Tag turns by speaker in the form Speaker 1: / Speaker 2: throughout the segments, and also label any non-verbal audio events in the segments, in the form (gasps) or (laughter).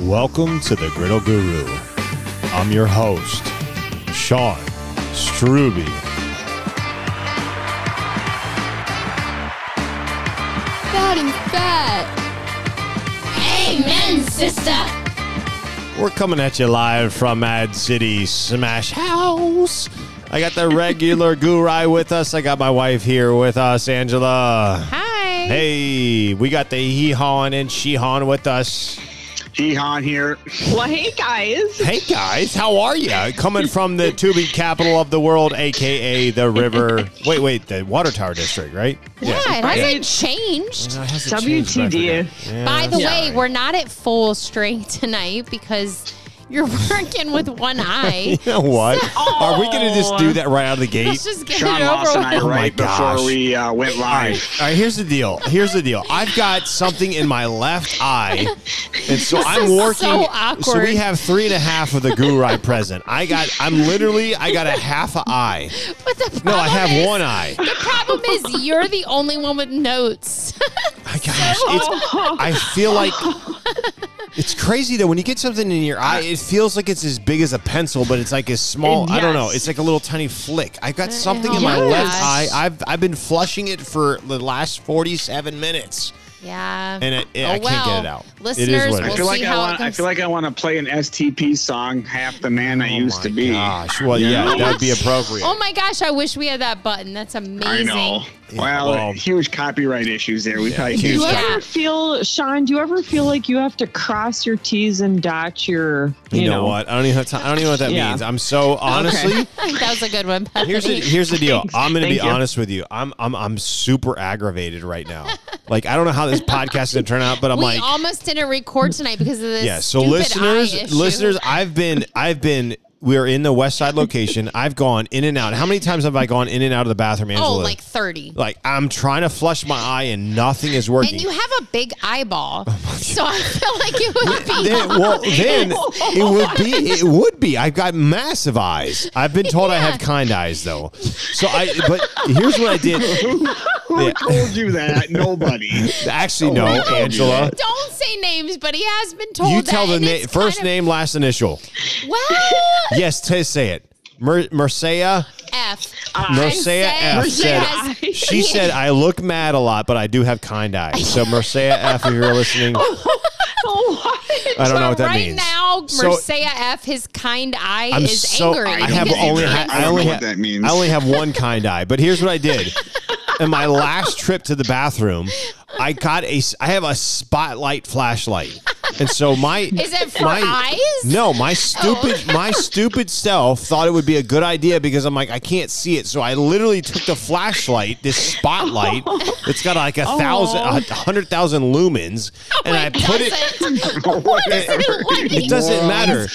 Speaker 1: Welcome to the Griddle Guru. I'm your host, Sean Struby.
Speaker 2: fat and fat.
Speaker 3: Amen, sister.
Speaker 1: We're coming at you live from Mad City Smash House. I got the regular Gurai with us. I got my wife here with us, Angela.
Speaker 2: Hi.
Speaker 1: Hey, we got the he hon and she hon with us. (laughs)
Speaker 4: Jihan here.
Speaker 5: Well, hey guys.
Speaker 1: Hey guys, how are you? Coming from the tubing capital of the world, aka the river. Wait, wait, the water tower district, right?
Speaker 2: Yeah, it
Speaker 5: Right.
Speaker 2: hasn't changed.
Speaker 1: No, it hasn't changed, but I
Speaker 5: WTD.
Speaker 1: forgot. Yeah.
Speaker 2: By the
Speaker 5: Yeah.
Speaker 2: way, we're not at full strength tonight because you're (laughs) working with one eye.
Speaker 1: (laughs) You know what? Are we going to just do that right out of the gate?
Speaker 2: Let's just get
Speaker 4: Sean
Speaker 2: it
Speaker 4: Moss
Speaker 2: over
Speaker 4: and I
Speaker 2: with.
Speaker 1: Oh my
Speaker 4: right
Speaker 1: gosh.
Speaker 4: before we uh, went
Speaker 1: All right.
Speaker 4: live.
Speaker 1: All right, here's the deal. Here's the deal. I've got something in my left eye, and so I'm
Speaker 2: is
Speaker 1: working.
Speaker 2: so awkward.
Speaker 1: so we have three and a half of the Gurai present. I got. I'm literally. I got a half a eye.
Speaker 2: But the problem
Speaker 1: No, I have
Speaker 2: is,
Speaker 1: one eye.
Speaker 2: The problem is you're the only one with
Speaker 4: (laughs)
Speaker 2: notes.
Speaker 1: My gosh, it's, I feel
Speaker 2: (laughs)
Speaker 1: like it's crazy though. When you get something in your eye, it feels like it's as big as a pencil, but it's like as small. I don't know.
Speaker 5: Yes.
Speaker 1: It's like a little tiny flick. I've got something in my
Speaker 2: Uh, yeah.
Speaker 1: left
Speaker 2: Yes.
Speaker 1: eye. I've I've been flushing it for the last forty-seven minutes.
Speaker 2: yeah.
Speaker 1: And it- it-
Speaker 2: oh,
Speaker 1: I can't
Speaker 2: well.
Speaker 1: get it out. It is
Speaker 2: Listeners,
Speaker 1: what it
Speaker 2: we'll
Speaker 1: is.
Speaker 4: I
Speaker 1: We'll
Speaker 4: feel like
Speaker 2: see
Speaker 4: I
Speaker 2: how
Speaker 4: want.
Speaker 2: it
Speaker 4: I
Speaker 2: comes.
Speaker 4: feel like I want to play an STP song. Half the man I used to
Speaker 1: Oh my
Speaker 4: be.
Speaker 1: Gosh, well,
Speaker 4: You
Speaker 1: yeah,
Speaker 4: know?
Speaker 1: that'd be appropriate.
Speaker 2: oh my gosh, I wish we had that button. That's amazing. (laughs)
Speaker 4: I know.
Speaker 1: Yeah,
Speaker 4: well,
Speaker 1: well-
Speaker 4: huge copyright issues there. We probably
Speaker 5: Do
Speaker 4: can't
Speaker 5: you
Speaker 1: Yeah.
Speaker 4: stop.
Speaker 5: ever feel, Sean? Do you ever feel like you have to cross your T's and dot your? You,
Speaker 1: you, know, what? I don't even have time. I don't even know what that
Speaker 5: Yeah.
Speaker 1: means. I'm so honestly.
Speaker 2: that was a good one. Bethany.
Speaker 1: Here's the, here's the deal. I'm going to be
Speaker 5: Thank you.
Speaker 1: honest with you. I'm I'm I'm super aggravated right now. Like I don't know how this podcast is going to turn out, but I'm
Speaker 2: we
Speaker 1: like
Speaker 2: almost didn't record tonight because of this.
Speaker 1: yeah. So
Speaker 2: stupid eye
Speaker 1: listeners,
Speaker 2: issue.
Speaker 1: listeners, I've been I've been we're in the West Side location. I've gone in and out. How many times have I gone in and out of the bathroom, Angela?
Speaker 2: oh, like thirty.
Speaker 1: Like, I'm trying to flush my eye and nothing is working.
Speaker 2: and you have a big eyeball, so I feel like it would be.
Speaker 1: Oh, then,
Speaker 2: (laughs)
Speaker 1: well, then it would be. It would be. I've got massive eyes. I've been told I have kind eyes though. So I. But here's what I did.
Speaker 4: (laughs) Who
Speaker 1: Yeah.
Speaker 4: told you that? Nobody.
Speaker 1: (laughs) Actually, no, Angela.
Speaker 2: Don't say names, but he has been told.
Speaker 1: You tell the
Speaker 2: that, and
Speaker 1: na-
Speaker 2: it's
Speaker 1: first
Speaker 2: kind
Speaker 1: name, last initial. (laughs)
Speaker 2: of- Well,
Speaker 1: Yes, t- say it. Mer- Mercea,
Speaker 2: F.
Speaker 1: Mercea F said. (laughs)
Speaker 2: Mercea has-
Speaker 1: She said, "I look mad a lot, but I do have kind eyes." So Mercea F, if you're (laughs) listening, I don't know what that
Speaker 2: right
Speaker 1: means.
Speaker 2: now,
Speaker 1: So-
Speaker 2: Mercea F, his kind eye
Speaker 1: I'm
Speaker 2: is
Speaker 1: so
Speaker 2: angry.
Speaker 1: I have
Speaker 2: because
Speaker 1: only
Speaker 2: he
Speaker 1: ha-
Speaker 2: can't
Speaker 1: I
Speaker 4: don't
Speaker 1: only
Speaker 4: know
Speaker 1: ha-
Speaker 4: what that means.
Speaker 1: I only have one kind eye, but here's what I did.
Speaker 2: (laughs)
Speaker 1: In my last trip to the bathroom, I got a s- I have a spotlight flashlight. And so my
Speaker 2: (laughs) Is it for
Speaker 1: my,
Speaker 2: eyes? Oh.
Speaker 1: No, my stupid my stupid self thought it would be a good idea because I'm like I can't see it. So I literally took the flashlight, this spotlight
Speaker 2: Oh.
Speaker 1: that's got like a thousand, a hundred thousand lumens, and I
Speaker 2: It
Speaker 1: put it. (laughs)
Speaker 2: doesn't. (laughs)
Speaker 1: It doesn't matter.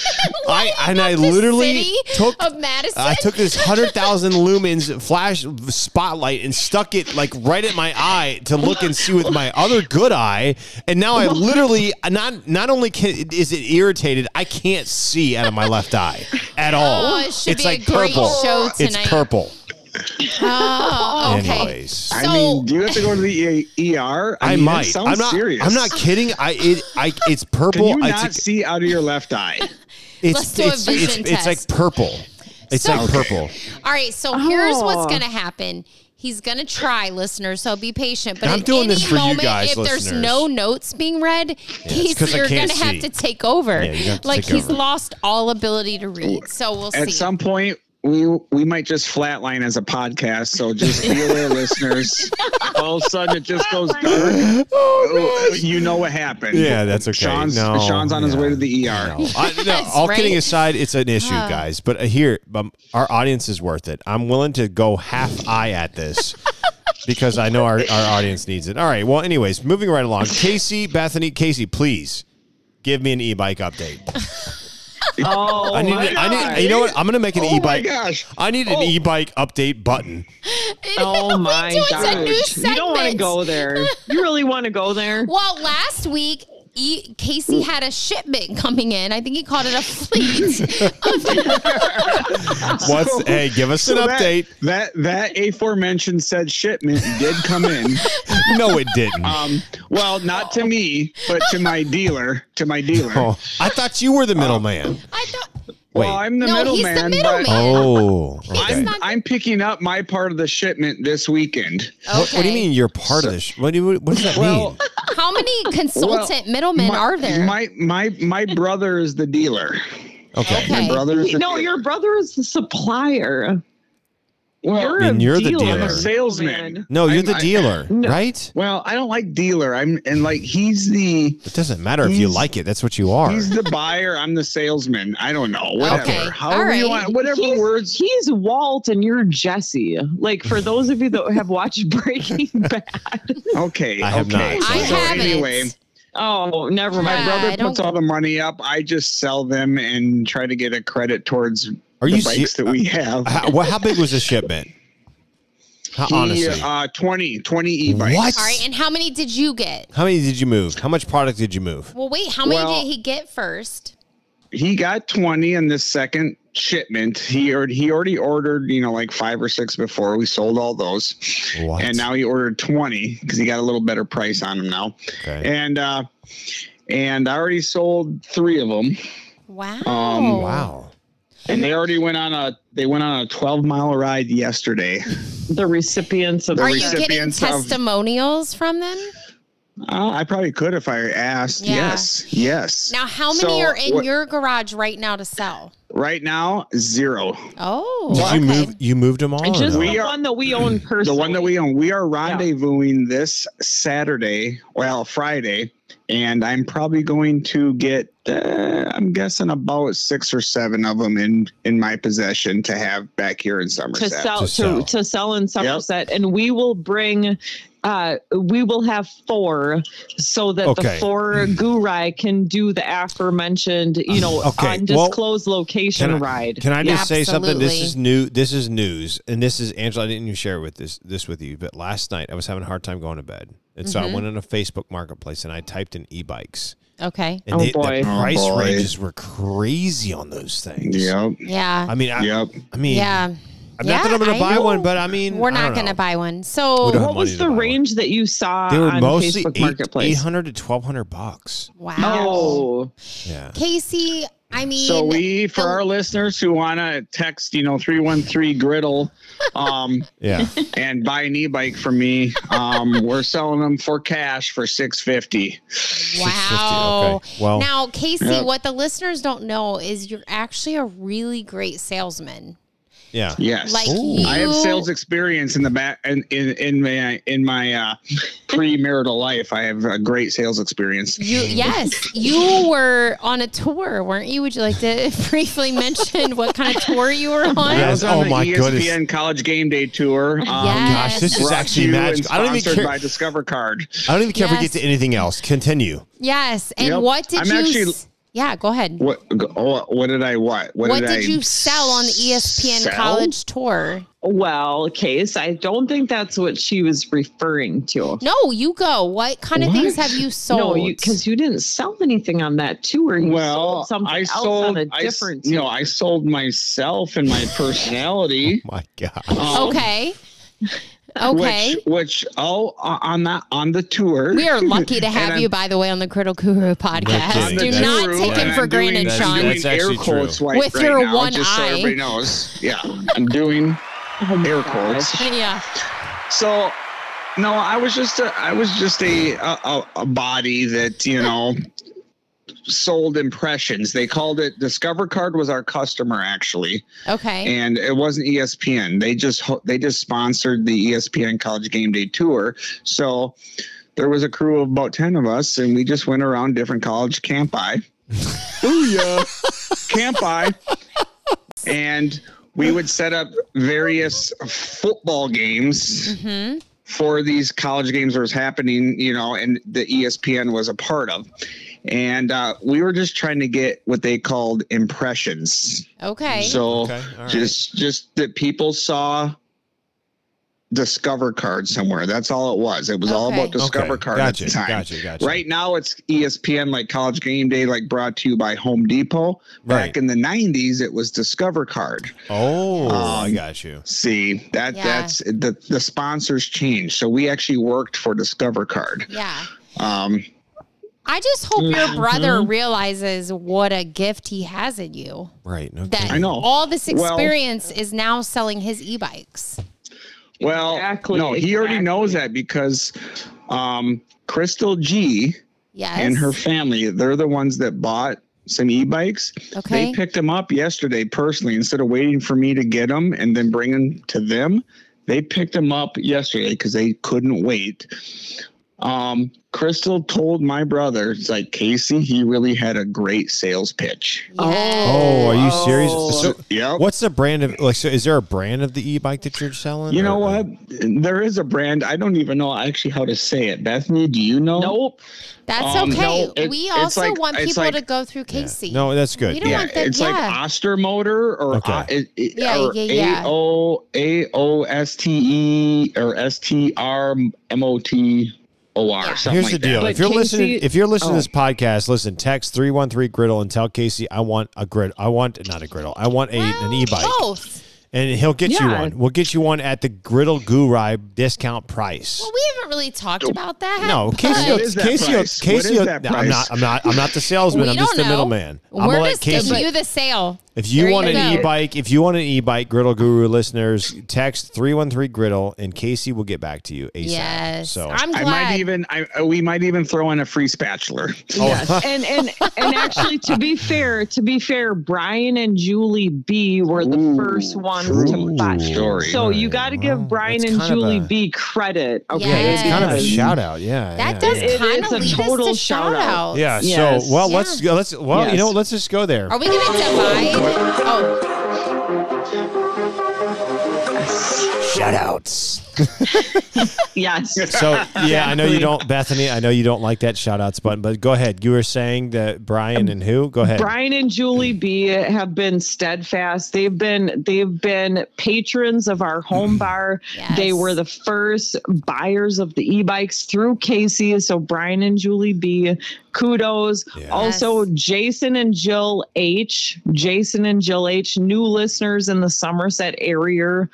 Speaker 1: I and I literally
Speaker 2: City
Speaker 1: took
Speaker 2: of Madison.
Speaker 1: I took this hundred thousand lumens flash spotlight and stuck it like right at my eye to look and see with my other good eye, and now I literally not not only can, is it irritated, I can't see out of my left eye at all.
Speaker 2: Oh, it should
Speaker 1: it's
Speaker 2: be a
Speaker 1: like
Speaker 2: great
Speaker 1: purple.
Speaker 2: show
Speaker 1: it's
Speaker 2: tonight.
Speaker 1: purple.
Speaker 2: Oh, okay.
Speaker 1: Anyways.
Speaker 4: I
Speaker 2: So-
Speaker 4: mean, do you have to go to the E- ER?
Speaker 1: I
Speaker 4: mean, that
Speaker 1: might.
Speaker 4: sounds
Speaker 1: I'm not.
Speaker 4: Serious.
Speaker 1: I'm not kidding. I it. I it's purple.
Speaker 4: Can you
Speaker 1: It's-
Speaker 4: not see out of your left eye?
Speaker 1: it's,
Speaker 2: Let's do a
Speaker 1: it's- it's-
Speaker 2: vision
Speaker 1: it's like
Speaker 2: test.
Speaker 1: purple. It's
Speaker 2: So-
Speaker 1: like
Speaker 4: Okay.
Speaker 1: purple.
Speaker 2: All right, so here's what's
Speaker 5: Oh.
Speaker 2: going to happen. He's going to try, listeners, so be patient. But
Speaker 1: I'm
Speaker 2: at
Speaker 1: doing
Speaker 2: any
Speaker 1: this for you
Speaker 2: moment,
Speaker 1: guys,
Speaker 2: if
Speaker 1: listeners.
Speaker 2: there's no notes being read, he's,
Speaker 1: 'cause I
Speaker 2: you're going
Speaker 1: can't
Speaker 2: to have
Speaker 1: see.
Speaker 2: to take over.
Speaker 1: Yeah, you're gonna have to
Speaker 2: like
Speaker 1: take
Speaker 2: he's
Speaker 1: over.
Speaker 2: lost all ability to read. So we'll
Speaker 4: At
Speaker 2: see. (laughs)
Speaker 4: some point, we we might just flatline as a podcast. So just be
Speaker 2: (laughs)
Speaker 4: aware, listeners. All of a sudden, it just goes dark. Oh, you know what happened?
Speaker 1: Oh, Yeah, that's okay.
Speaker 4: Sean's
Speaker 1: No,
Speaker 4: Sean's on his
Speaker 1: yeah.
Speaker 4: way to the ER.
Speaker 1: No,
Speaker 4: (laughs)
Speaker 1: I, no
Speaker 2: Yes,
Speaker 1: all
Speaker 2: right?
Speaker 1: kidding aside, it's an issue, guys. But uh, here, um, our audience is worth it. I'm willing to go half eye at
Speaker 4: (laughs)
Speaker 1: this because I know our, our audience needs it. All right. Well, anyways, moving right along. Casey, Bethany, Casey, please give me an e bike
Speaker 4: (laughs)
Speaker 1: update.
Speaker 5: Oh,
Speaker 1: I need,
Speaker 5: my
Speaker 1: an- I
Speaker 5: God.
Speaker 1: need, you know what? I'm going to make an
Speaker 4: Oh
Speaker 1: e
Speaker 4: my
Speaker 1: bike.
Speaker 4: gosh!
Speaker 1: I need an
Speaker 4: Oh.
Speaker 1: e bike update
Speaker 4: (laughs)
Speaker 1: button.
Speaker 5: (laughs)
Speaker 1: (laughs)
Speaker 5: Oh my
Speaker 2: do, it's a
Speaker 5: God!
Speaker 2: new
Speaker 5: You don't want to
Speaker 1: (laughs)
Speaker 2: segment.
Speaker 5: go there. You really want to go there?
Speaker 2: well, last week, E- Casey had a shipment coming in. I think he called it
Speaker 1: (laughs)
Speaker 2: a fleet.
Speaker 1: What's hey? Give us
Speaker 4: So
Speaker 1: an
Speaker 4: that- (laughs)
Speaker 1: update.
Speaker 4: That, that aforementioned said shipment did
Speaker 1: (laughs)
Speaker 4: come in.
Speaker 1: No, it didn't.
Speaker 4: Um, well, not to me, but to my dealer. To my dealer.
Speaker 1: Oh, I thought you were the middleman.
Speaker 2: I thought
Speaker 4: Well,
Speaker 1: Wait.
Speaker 4: I'm the
Speaker 2: No, he's the
Speaker 4: middleman,
Speaker 2: middleman.
Speaker 4: but
Speaker 1: Oh, okay.
Speaker 4: I'm,
Speaker 2: not-
Speaker 4: I'm picking up my part of the shipment this weekend.
Speaker 1: What, what do
Speaker 2: Okay.
Speaker 1: you mean you're part of this? What, do you, what does that
Speaker 4: Well,
Speaker 1: mean?
Speaker 2: how many consultant middlemen
Speaker 4: my,
Speaker 2: are there?
Speaker 4: My my my brother is the dealer.
Speaker 1: Okay.
Speaker 2: Okay.
Speaker 4: My brother is the
Speaker 5: No,
Speaker 4: dealer.
Speaker 5: your brother is the supplier.
Speaker 4: well,
Speaker 5: You're,
Speaker 1: And
Speaker 5: a
Speaker 1: you're the
Speaker 5: dealer.
Speaker 1: dealer.
Speaker 4: I'm a salesman.
Speaker 1: No, you're
Speaker 4: I'm-
Speaker 1: the
Speaker 4: I-
Speaker 1: dealer,
Speaker 5: No.
Speaker 1: right?
Speaker 4: well, I don't like dealer. I'm and like he's the
Speaker 1: It doesn't matter if you
Speaker 4: He's-
Speaker 1: like it. That's what you are.
Speaker 4: he's the buyer. I'm the salesman. I don't know. Whatever.
Speaker 2: Okay.
Speaker 4: However you
Speaker 2: All right.
Speaker 4: want. Whatever
Speaker 5: He's-
Speaker 4: words.
Speaker 5: He's Walt and you're Jesse. Like for those of you that have watched (laughs) Breaking Bad.
Speaker 4: Okay.
Speaker 1: I have
Speaker 4: okay.
Speaker 1: not,
Speaker 2: I
Speaker 1: so
Speaker 2: haven't.
Speaker 4: anyway,
Speaker 5: Oh, never
Speaker 2: Yeah,
Speaker 4: my
Speaker 5: mind.
Speaker 2: I
Speaker 4: brother
Speaker 2: don't-
Speaker 4: puts all the money up. I just sell them and try to get a credit towards
Speaker 1: Are you
Speaker 4: the bikes
Speaker 1: serious?
Speaker 4: that we have.
Speaker 1: How, well, how big was the shipment? How,
Speaker 4: He,
Speaker 1: honestly,
Speaker 4: uh, 20, 20 e-bikes.
Speaker 1: what?
Speaker 2: All right, and how many did you get?
Speaker 1: How many did you move? How much product did you move?
Speaker 2: Well, wait, how many
Speaker 4: Well-
Speaker 2: did he get first?
Speaker 4: He got 20 in the second shipment. He already, he already ordered, you know, like five or six before. We sold all those.
Speaker 1: What?
Speaker 4: And now he ordered 20 because he got a little better price on them now.
Speaker 1: Okay.
Speaker 4: And, uh, and I already sold three of them,
Speaker 2: Wow.
Speaker 1: Oh.
Speaker 2: Oh.
Speaker 4: Um,
Speaker 1: Wow.
Speaker 4: and they already went on a they went on a twelve mile ride yesterday.
Speaker 5: The recipients of the
Speaker 2: Are you getting
Speaker 4: recipients of-
Speaker 2: testimonials from them?
Speaker 4: Uh, I probably could if I asked.
Speaker 2: Yeah.
Speaker 4: Yes, yes.
Speaker 2: Now, how many
Speaker 4: So,
Speaker 2: are in
Speaker 4: what-
Speaker 2: your garage right now to sell?
Speaker 4: right now zero.
Speaker 2: Oh,
Speaker 1: Did
Speaker 2: okay.
Speaker 1: you move? You moved them all. or
Speaker 5: just
Speaker 1: Oh, no?
Speaker 4: We
Speaker 5: the
Speaker 4: are-
Speaker 5: one
Speaker 4: (clears throat)
Speaker 5: that we own
Speaker 4: The
Speaker 5: personally.
Speaker 4: one that we own. We are rendezvousing this Saturday, well, Friday, and I'm probably going to get, uh, I'm guessing about six or seven of them in in my possession to have back here in
Speaker 5: to
Speaker 4: Somerset.
Speaker 5: sell to,
Speaker 1: To sell.
Speaker 5: to, sell in Somerset, and we will bring. Uh, we will have four, so that
Speaker 1: Okay. Mm.
Speaker 5: the four gurai can do the aforementioned, you know,
Speaker 1: Okay, well,
Speaker 5: undisclosed location
Speaker 1: can I-
Speaker 5: ride.
Speaker 1: Can I
Speaker 2: Yeah,
Speaker 1: just say something? This
Speaker 2: absolutely.
Speaker 1: is new. This is news, and this is Angela. I didn't even share with this this with you, but last night I was having a hard time going to bed, and so
Speaker 2: Mm-hmm.
Speaker 1: I went on a Facebook Marketplace and I typed in e-bikes,
Speaker 2: okay.
Speaker 1: and
Speaker 5: Oh,
Speaker 1: they,
Speaker 5: boy.
Speaker 1: the
Speaker 4: Oh,
Speaker 1: price
Speaker 4: boy.
Speaker 1: ranges were crazy on those things.
Speaker 4: Yep.
Speaker 2: Yeah.
Speaker 1: I mean, I,
Speaker 4: Yep.
Speaker 1: I mean,
Speaker 2: yeah.
Speaker 1: I'm not that I'm going to
Speaker 2: I
Speaker 1: buy
Speaker 2: know.
Speaker 1: one, but I mean,
Speaker 2: We're
Speaker 1: I don't
Speaker 2: not going
Speaker 1: know.
Speaker 2: to buy one.
Speaker 1: We don't
Speaker 2: So,
Speaker 1: have
Speaker 5: What
Speaker 1: money
Speaker 5: was
Speaker 1: to
Speaker 5: the
Speaker 1: buy one.
Speaker 5: range that you saw
Speaker 1: They were
Speaker 5: on
Speaker 1: mostly
Speaker 5: Facebook
Speaker 1: eight
Speaker 5: Marketplace?
Speaker 1: hundred to twelve hundred bucks.
Speaker 2: wow.
Speaker 5: Oh,
Speaker 2: (laughs)
Speaker 1: Yeah.
Speaker 2: Casey, I mean,
Speaker 4: So we, for
Speaker 2: the-
Speaker 4: our listeners who want to text, you know, three one three griddle,
Speaker 5: (laughs)
Speaker 4: um,
Speaker 1: Yeah.
Speaker 4: and buy an e-bike from me, um, we're selling them for cash for six fifty.
Speaker 2: wow.
Speaker 1: Okay. Well,
Speaker 2: now, Casey,
Speaker 4: Yeah.
Speaker 2: what the listeners don't know is you're actually a really great salesman.
Speaker 1: yeah.
Speaker 4: Yes.
Speaker 2: Like
Speaker 1: Ooh.
Speaker 2: you,
Speaker 4: I have sales experience in the back in in, in my in my uh, premarital life. I have a great sales experience. (laughs)
Speaker 2: You yes, you were on a tour, weren't you? Would you like to (laughs) briefly mention what kind of tour you were on?
Speaker 4: I
Speaker 1: Yes.
Speaker 4: was on
Speaker 1: Oh
Speaker 4: the E
Speaker 1: my
Speaker 4: ESPN
Speaker 1: goodness.
Speaker 4: College Game Day tour. Um,
Speaker 2: Yes.
Speaker 1: Gosh, this is
Speaker 4: brought
Speaker 1: actually
Speaker 4: to you and
Speaker 1: magical. I don't even
Speaker 4: sponsored
Speaker 1: care.
Speaker 4: by Discover Card.
Speaker 1: I don't even care if we
Speaker 2: Yes.
Speaker 1: get to anything else. Continue.
Speaker 2: Yes. And
Speaker 4: Yep.
Speaker 2: what did
Speaker 4: I'm
Speaker 2: you?
Speaker 4: actually-
Speaker 2: s- yeah, go ahead. What,
Speaker 4: What? Oh, what did I? What? What,
Speaker 2: did,
Speaker 4: I
Speaker 2: you sell on E the
Speaker 1: E
Speaker 2: ESPN
Speaker 4: sell?
Speaker 2: College tour?
Speaker 5: well, Case, I don't think that's what she was referring to.
Speaker 2: No, you go. What kind of things have
Speaker 4: (laughs)
Speaker 2: you sold?
Speaker 5: No, because you, didn't sell anything on that tour. You
Speaker 4: Well,
Speaker 5: sold something
Speaker 4: I
Speaker 5: else
Speaker 4: sold.
Speaker 5: on a
Speaker 4: I, s-
Speaker 5: different.
Speaker 4: you know, I sold myself and
Speaker 1: (laughs)
Speaker 4: my personality.
Speaker 1: My God.
Speaker 4: um, (laughs)
Speaker 2: okay, okay.
Speaker 4: Which, which oh, o- on that on the tour.
Speaker 2: we are
Speaker 4: (laughs)
Speaker 2: lucky to have
Speaker 4: I'm-
Speaker 2: you, by the way, on the Critical Guru podcast.
Speaker 1: kidding.
Speaker 2: Do
Speaker 1: That's
Speaker 2: not
Speaker 4: true,
Speaker 2: take
Speaker 4: and
Speaker 2: him for
Speaker 4: I'm doing-
Speaker 2: granted,
Speaker 4: I'm
Speaker 2: Sean.
Speaker 4: doing
Speaker 1: That's actually
Speaker 4: air quotes
Speaker 1: true.
Speaker 4: right-
Speaker 2: With
Speaker 4: right
Speaker 2: your
Speaker 4: now,
Speaker 2: one
Speaker 4: just so
Speaker 2: eye.
Speaker 4: everybody knows. Yeah, I'm doing air quotes.
Speaker 2: yeah.
Speaker 4: So, no, I was just a, I was just a, a a- a body that you know sold impressions. They called it Discover Card was our customer actually,
Speaker 2: Okay.
Speaker 4: and it wasn't E ESPN. They just ho- they just sponsored the E ESPN College Game Day tour. So. There was a crew of about ten of us, and we just went around different college campi. campi and we would set up various football games
Speaker 2: hmm
Speaker 4: for these college games that was happening you know and the E espn was a part of and uh, we were just trying to get what they called impressions
Speaker 2: Okay.
Speaker 4: so
Speaker 1: Okay. All right.
Speaker 4: just just that people saw Discover card somewhere. That's all it was. It was all
Speaker 2: Okay.
Speaker 4: about Discover
Speaker 1: Okay,
Speaker 4: card
Speaker 1: gotcha,
Speaker 4: at the time.
Speaker 1: gotcha, gotcha.
Speaker 4: Right now it's E ESPN like College Game Day, like brought to you by Home Depot. Back
Speaker 1: Right.
Speaker 4: in the '90s, it was Discover card.
Speaker 1: Oh, I
Speaker 4: Um,
Speaker 1: got you.
Speaker 4: See that
Speaker 2: Yeah.
Speaker 4: that's the the sponsors changed. So we actually worked for Discover card.
Speaker 2: Yeah.
Speaker 4: Um,
Speaker 2: I just hope your brother
Speaker 4: Mm-hmm.
Speaker 5: Mhm.
Speaker 2: realizes what a gift he has in you.
Speaker 1: Right. No
Speaker 2: That
Speaker 1: kidding.
Speaker 4: I know.
Speaker 2: all this
Speaker 4: Well-
Speaker 2: experience is now selling his e-bikes.
Speaker 4: Well,
Speaker 5: Exactly,
Speaker 4: no, he already
Speaker 5: exactly.
Speaker 4: knows that because um, Crystal G
Speaker 2: Yes.
Speaker 4: and her family, they're the ones that bought some e-bikes.
Speaker 2: Okay.
Speaker 4: They picked them up yesterday personally instead of waiting for me to get them and then bring them to them. They picked them up yesterday because they couldn't wait. Um, Crystal told my brother, it's like Casey, he really had a great sales pitch.
Speaker 1: Oh, are you serious?
Speaker 5: Oh.
Speaker 1: So,
Speaker 4: Yep.
Speaker 1: what's the brand of like? So, is there a brand of the e-bike that you're selling?
Speaker 4: You know
Speaker 1: Or-
Speaker 4: what? There is a brand. I don't even know actually how to say it. Bethany, do you know?
Speaker 5: Nope.
Speaker 2: That's
Speaker 4: Um,
Speaker 2: okay.
Speaker 4: no, it-
Speaker 2: we
Speaker 4: it's
Speaker 2: also
Speaker 4: like-
Speaker 2: want
Speaker 4: it's
Speaker 2: people
Speaker 4: like-
Speaker 2: to go through
Speaker 1: Yeah.
Speaker 2: Casey.
Speaker 1: No, that's good.
Speaker 2: We don't want that-
Speaker 4: it's like
Speaker 2: yeah.
Speaker 4: Oster Motor or
Speaker 1: Okay.
Speaker 4: I- it- it-
Speaker 2: Yeah,
Speaker 4: or
Speaker 2: yeah, yeah.
Speaker 4: A O A O S T E or S T R M O T O R.
Speaker 2: Yeah.
Speaker 4: something
Speaker 1: Here's
Speaker 4: like
Speaker 1: the deal.
Speaker 5: But
Speaker 1: If you're
Speaker 5: Casey-
Speaker 1: listening, if you're listening
Speaker 5: oh.
Speaker 1: to this podcast, listen. Text three one three griddle and tell Casey I want a grid. I want not a griddle. I want a an
Speaker 2: Well, oh.
Speaker 1: e-bike,
Speaker 2: Both.
Speaker 1: and he'll get you
Speaker 5: Yeah.
Speaker 1: one. We'll get you one at the Griddle Guru discount price.
Speaker 2: Well, we haven't really talked about that.
Speaker 1: no,
Speaker 2: but
Speaker 1: Casey,
Speaker 4: What is that
Speaker 1: Casey,
Speaker 4: price?
Speaker 1: Casey,
Speaker 4: What is that
Speaker 1: I'm
Speaker 4: price?
Speaker 1: not, I'm not, I'm not the salesman.
Speaker 2: We
Speaker 1: I'm just
Speaker 2: don't
Speaker 1: the
Speaker 2: know.
Speaker 1: middleman. I'm
Speaker 2: We're
Speaker 1: gonna let
Speaker 2: just giving
Speaker 1: Casey.
Speaker 2: you the sale.
Speaker 1: If you
Speaker 2: There
Speaker 1: want
Speaker 2: you
Speaker 1: an
Speaker 2: go.
Speaker 1: e-bike, if you want an e-bike, Griddle Guru listeners, text three one three griddle, and Casey will get back to you asap.
Speaker 2: Yes.
Speaker 1: So
Speaker 2: I'm
Speaker 4: I
Speaker 2: glad.
Speaker 4: might even I uh, we might even throw in a free spatula.
Speaker 5: Yes. and and and actually, to be fair, to be fair, Brian and Julie B were the
Speaker 4: Ooh,
Speaker 5: first ones
Speaker 4: true
Speaker 5: to buy.
Speaker 4: story.
Speaker 5: So you got to give
Speaker 1: Well,
Speaker 5: Brian
Speaker 1: that's
Speaker 5: and
Speaker 1: kind of
Speaker 5: Julie
Speaker 1: a-
Speaker 5: B credit. Okay,
Speaker 1: Yeah, that's kind of a
Speaker 5: Because-
Speaker 1: shout out. Yeah,
Speaker 2: that
Speaker 1: yeah,
Speaker 2: does
Speaker 1: yeah.
Speaker 5: It
Speaker 2: kind
Speaker 5: is
Speaker 2: of
Speaker 5: a
Speaker 2: lead us
Speaker 5: total
Speaker 2: to shout
Speaker 5: shout-out.
Speaker 2: out.
Speaker 1: Yeah.
Speaker 5: Yes.
Speaker 1: So well, let's go. Let's well, you know,
Speaker 5: Yes.
Speaker 1: what, let's just go there.
Speaker 2: Are we
Speaker 4: (laughs)
Speaker 2: going to divide? Oh,
Speaker 1: Shout outs.
Speaker 5: Yes.
Speaker 1: So
Speaker 2: (laughs)
Speaker 1: yeah, I know you don't, Bethany. I know you don't like that shout outs button, but go ahead. You were saying that
Speaker 2: Um,
Speaker 1: Brian and who? Go ahead.
Speaker 5: Brian and Julie B have been steadfast. They've been they've been patrons of our home bar.
Speaker 2: Yes.
Speaker 5: They were the first buyers of the e-bikes through Casey. So Brian and Julie B, kudos.
Speaker 1: Yeah.
Speaker 5: Also
Speaker 2: Yes.
Speaker 5: Jason and Jill H, Jason and Jill H, new listeners in the Somerset area.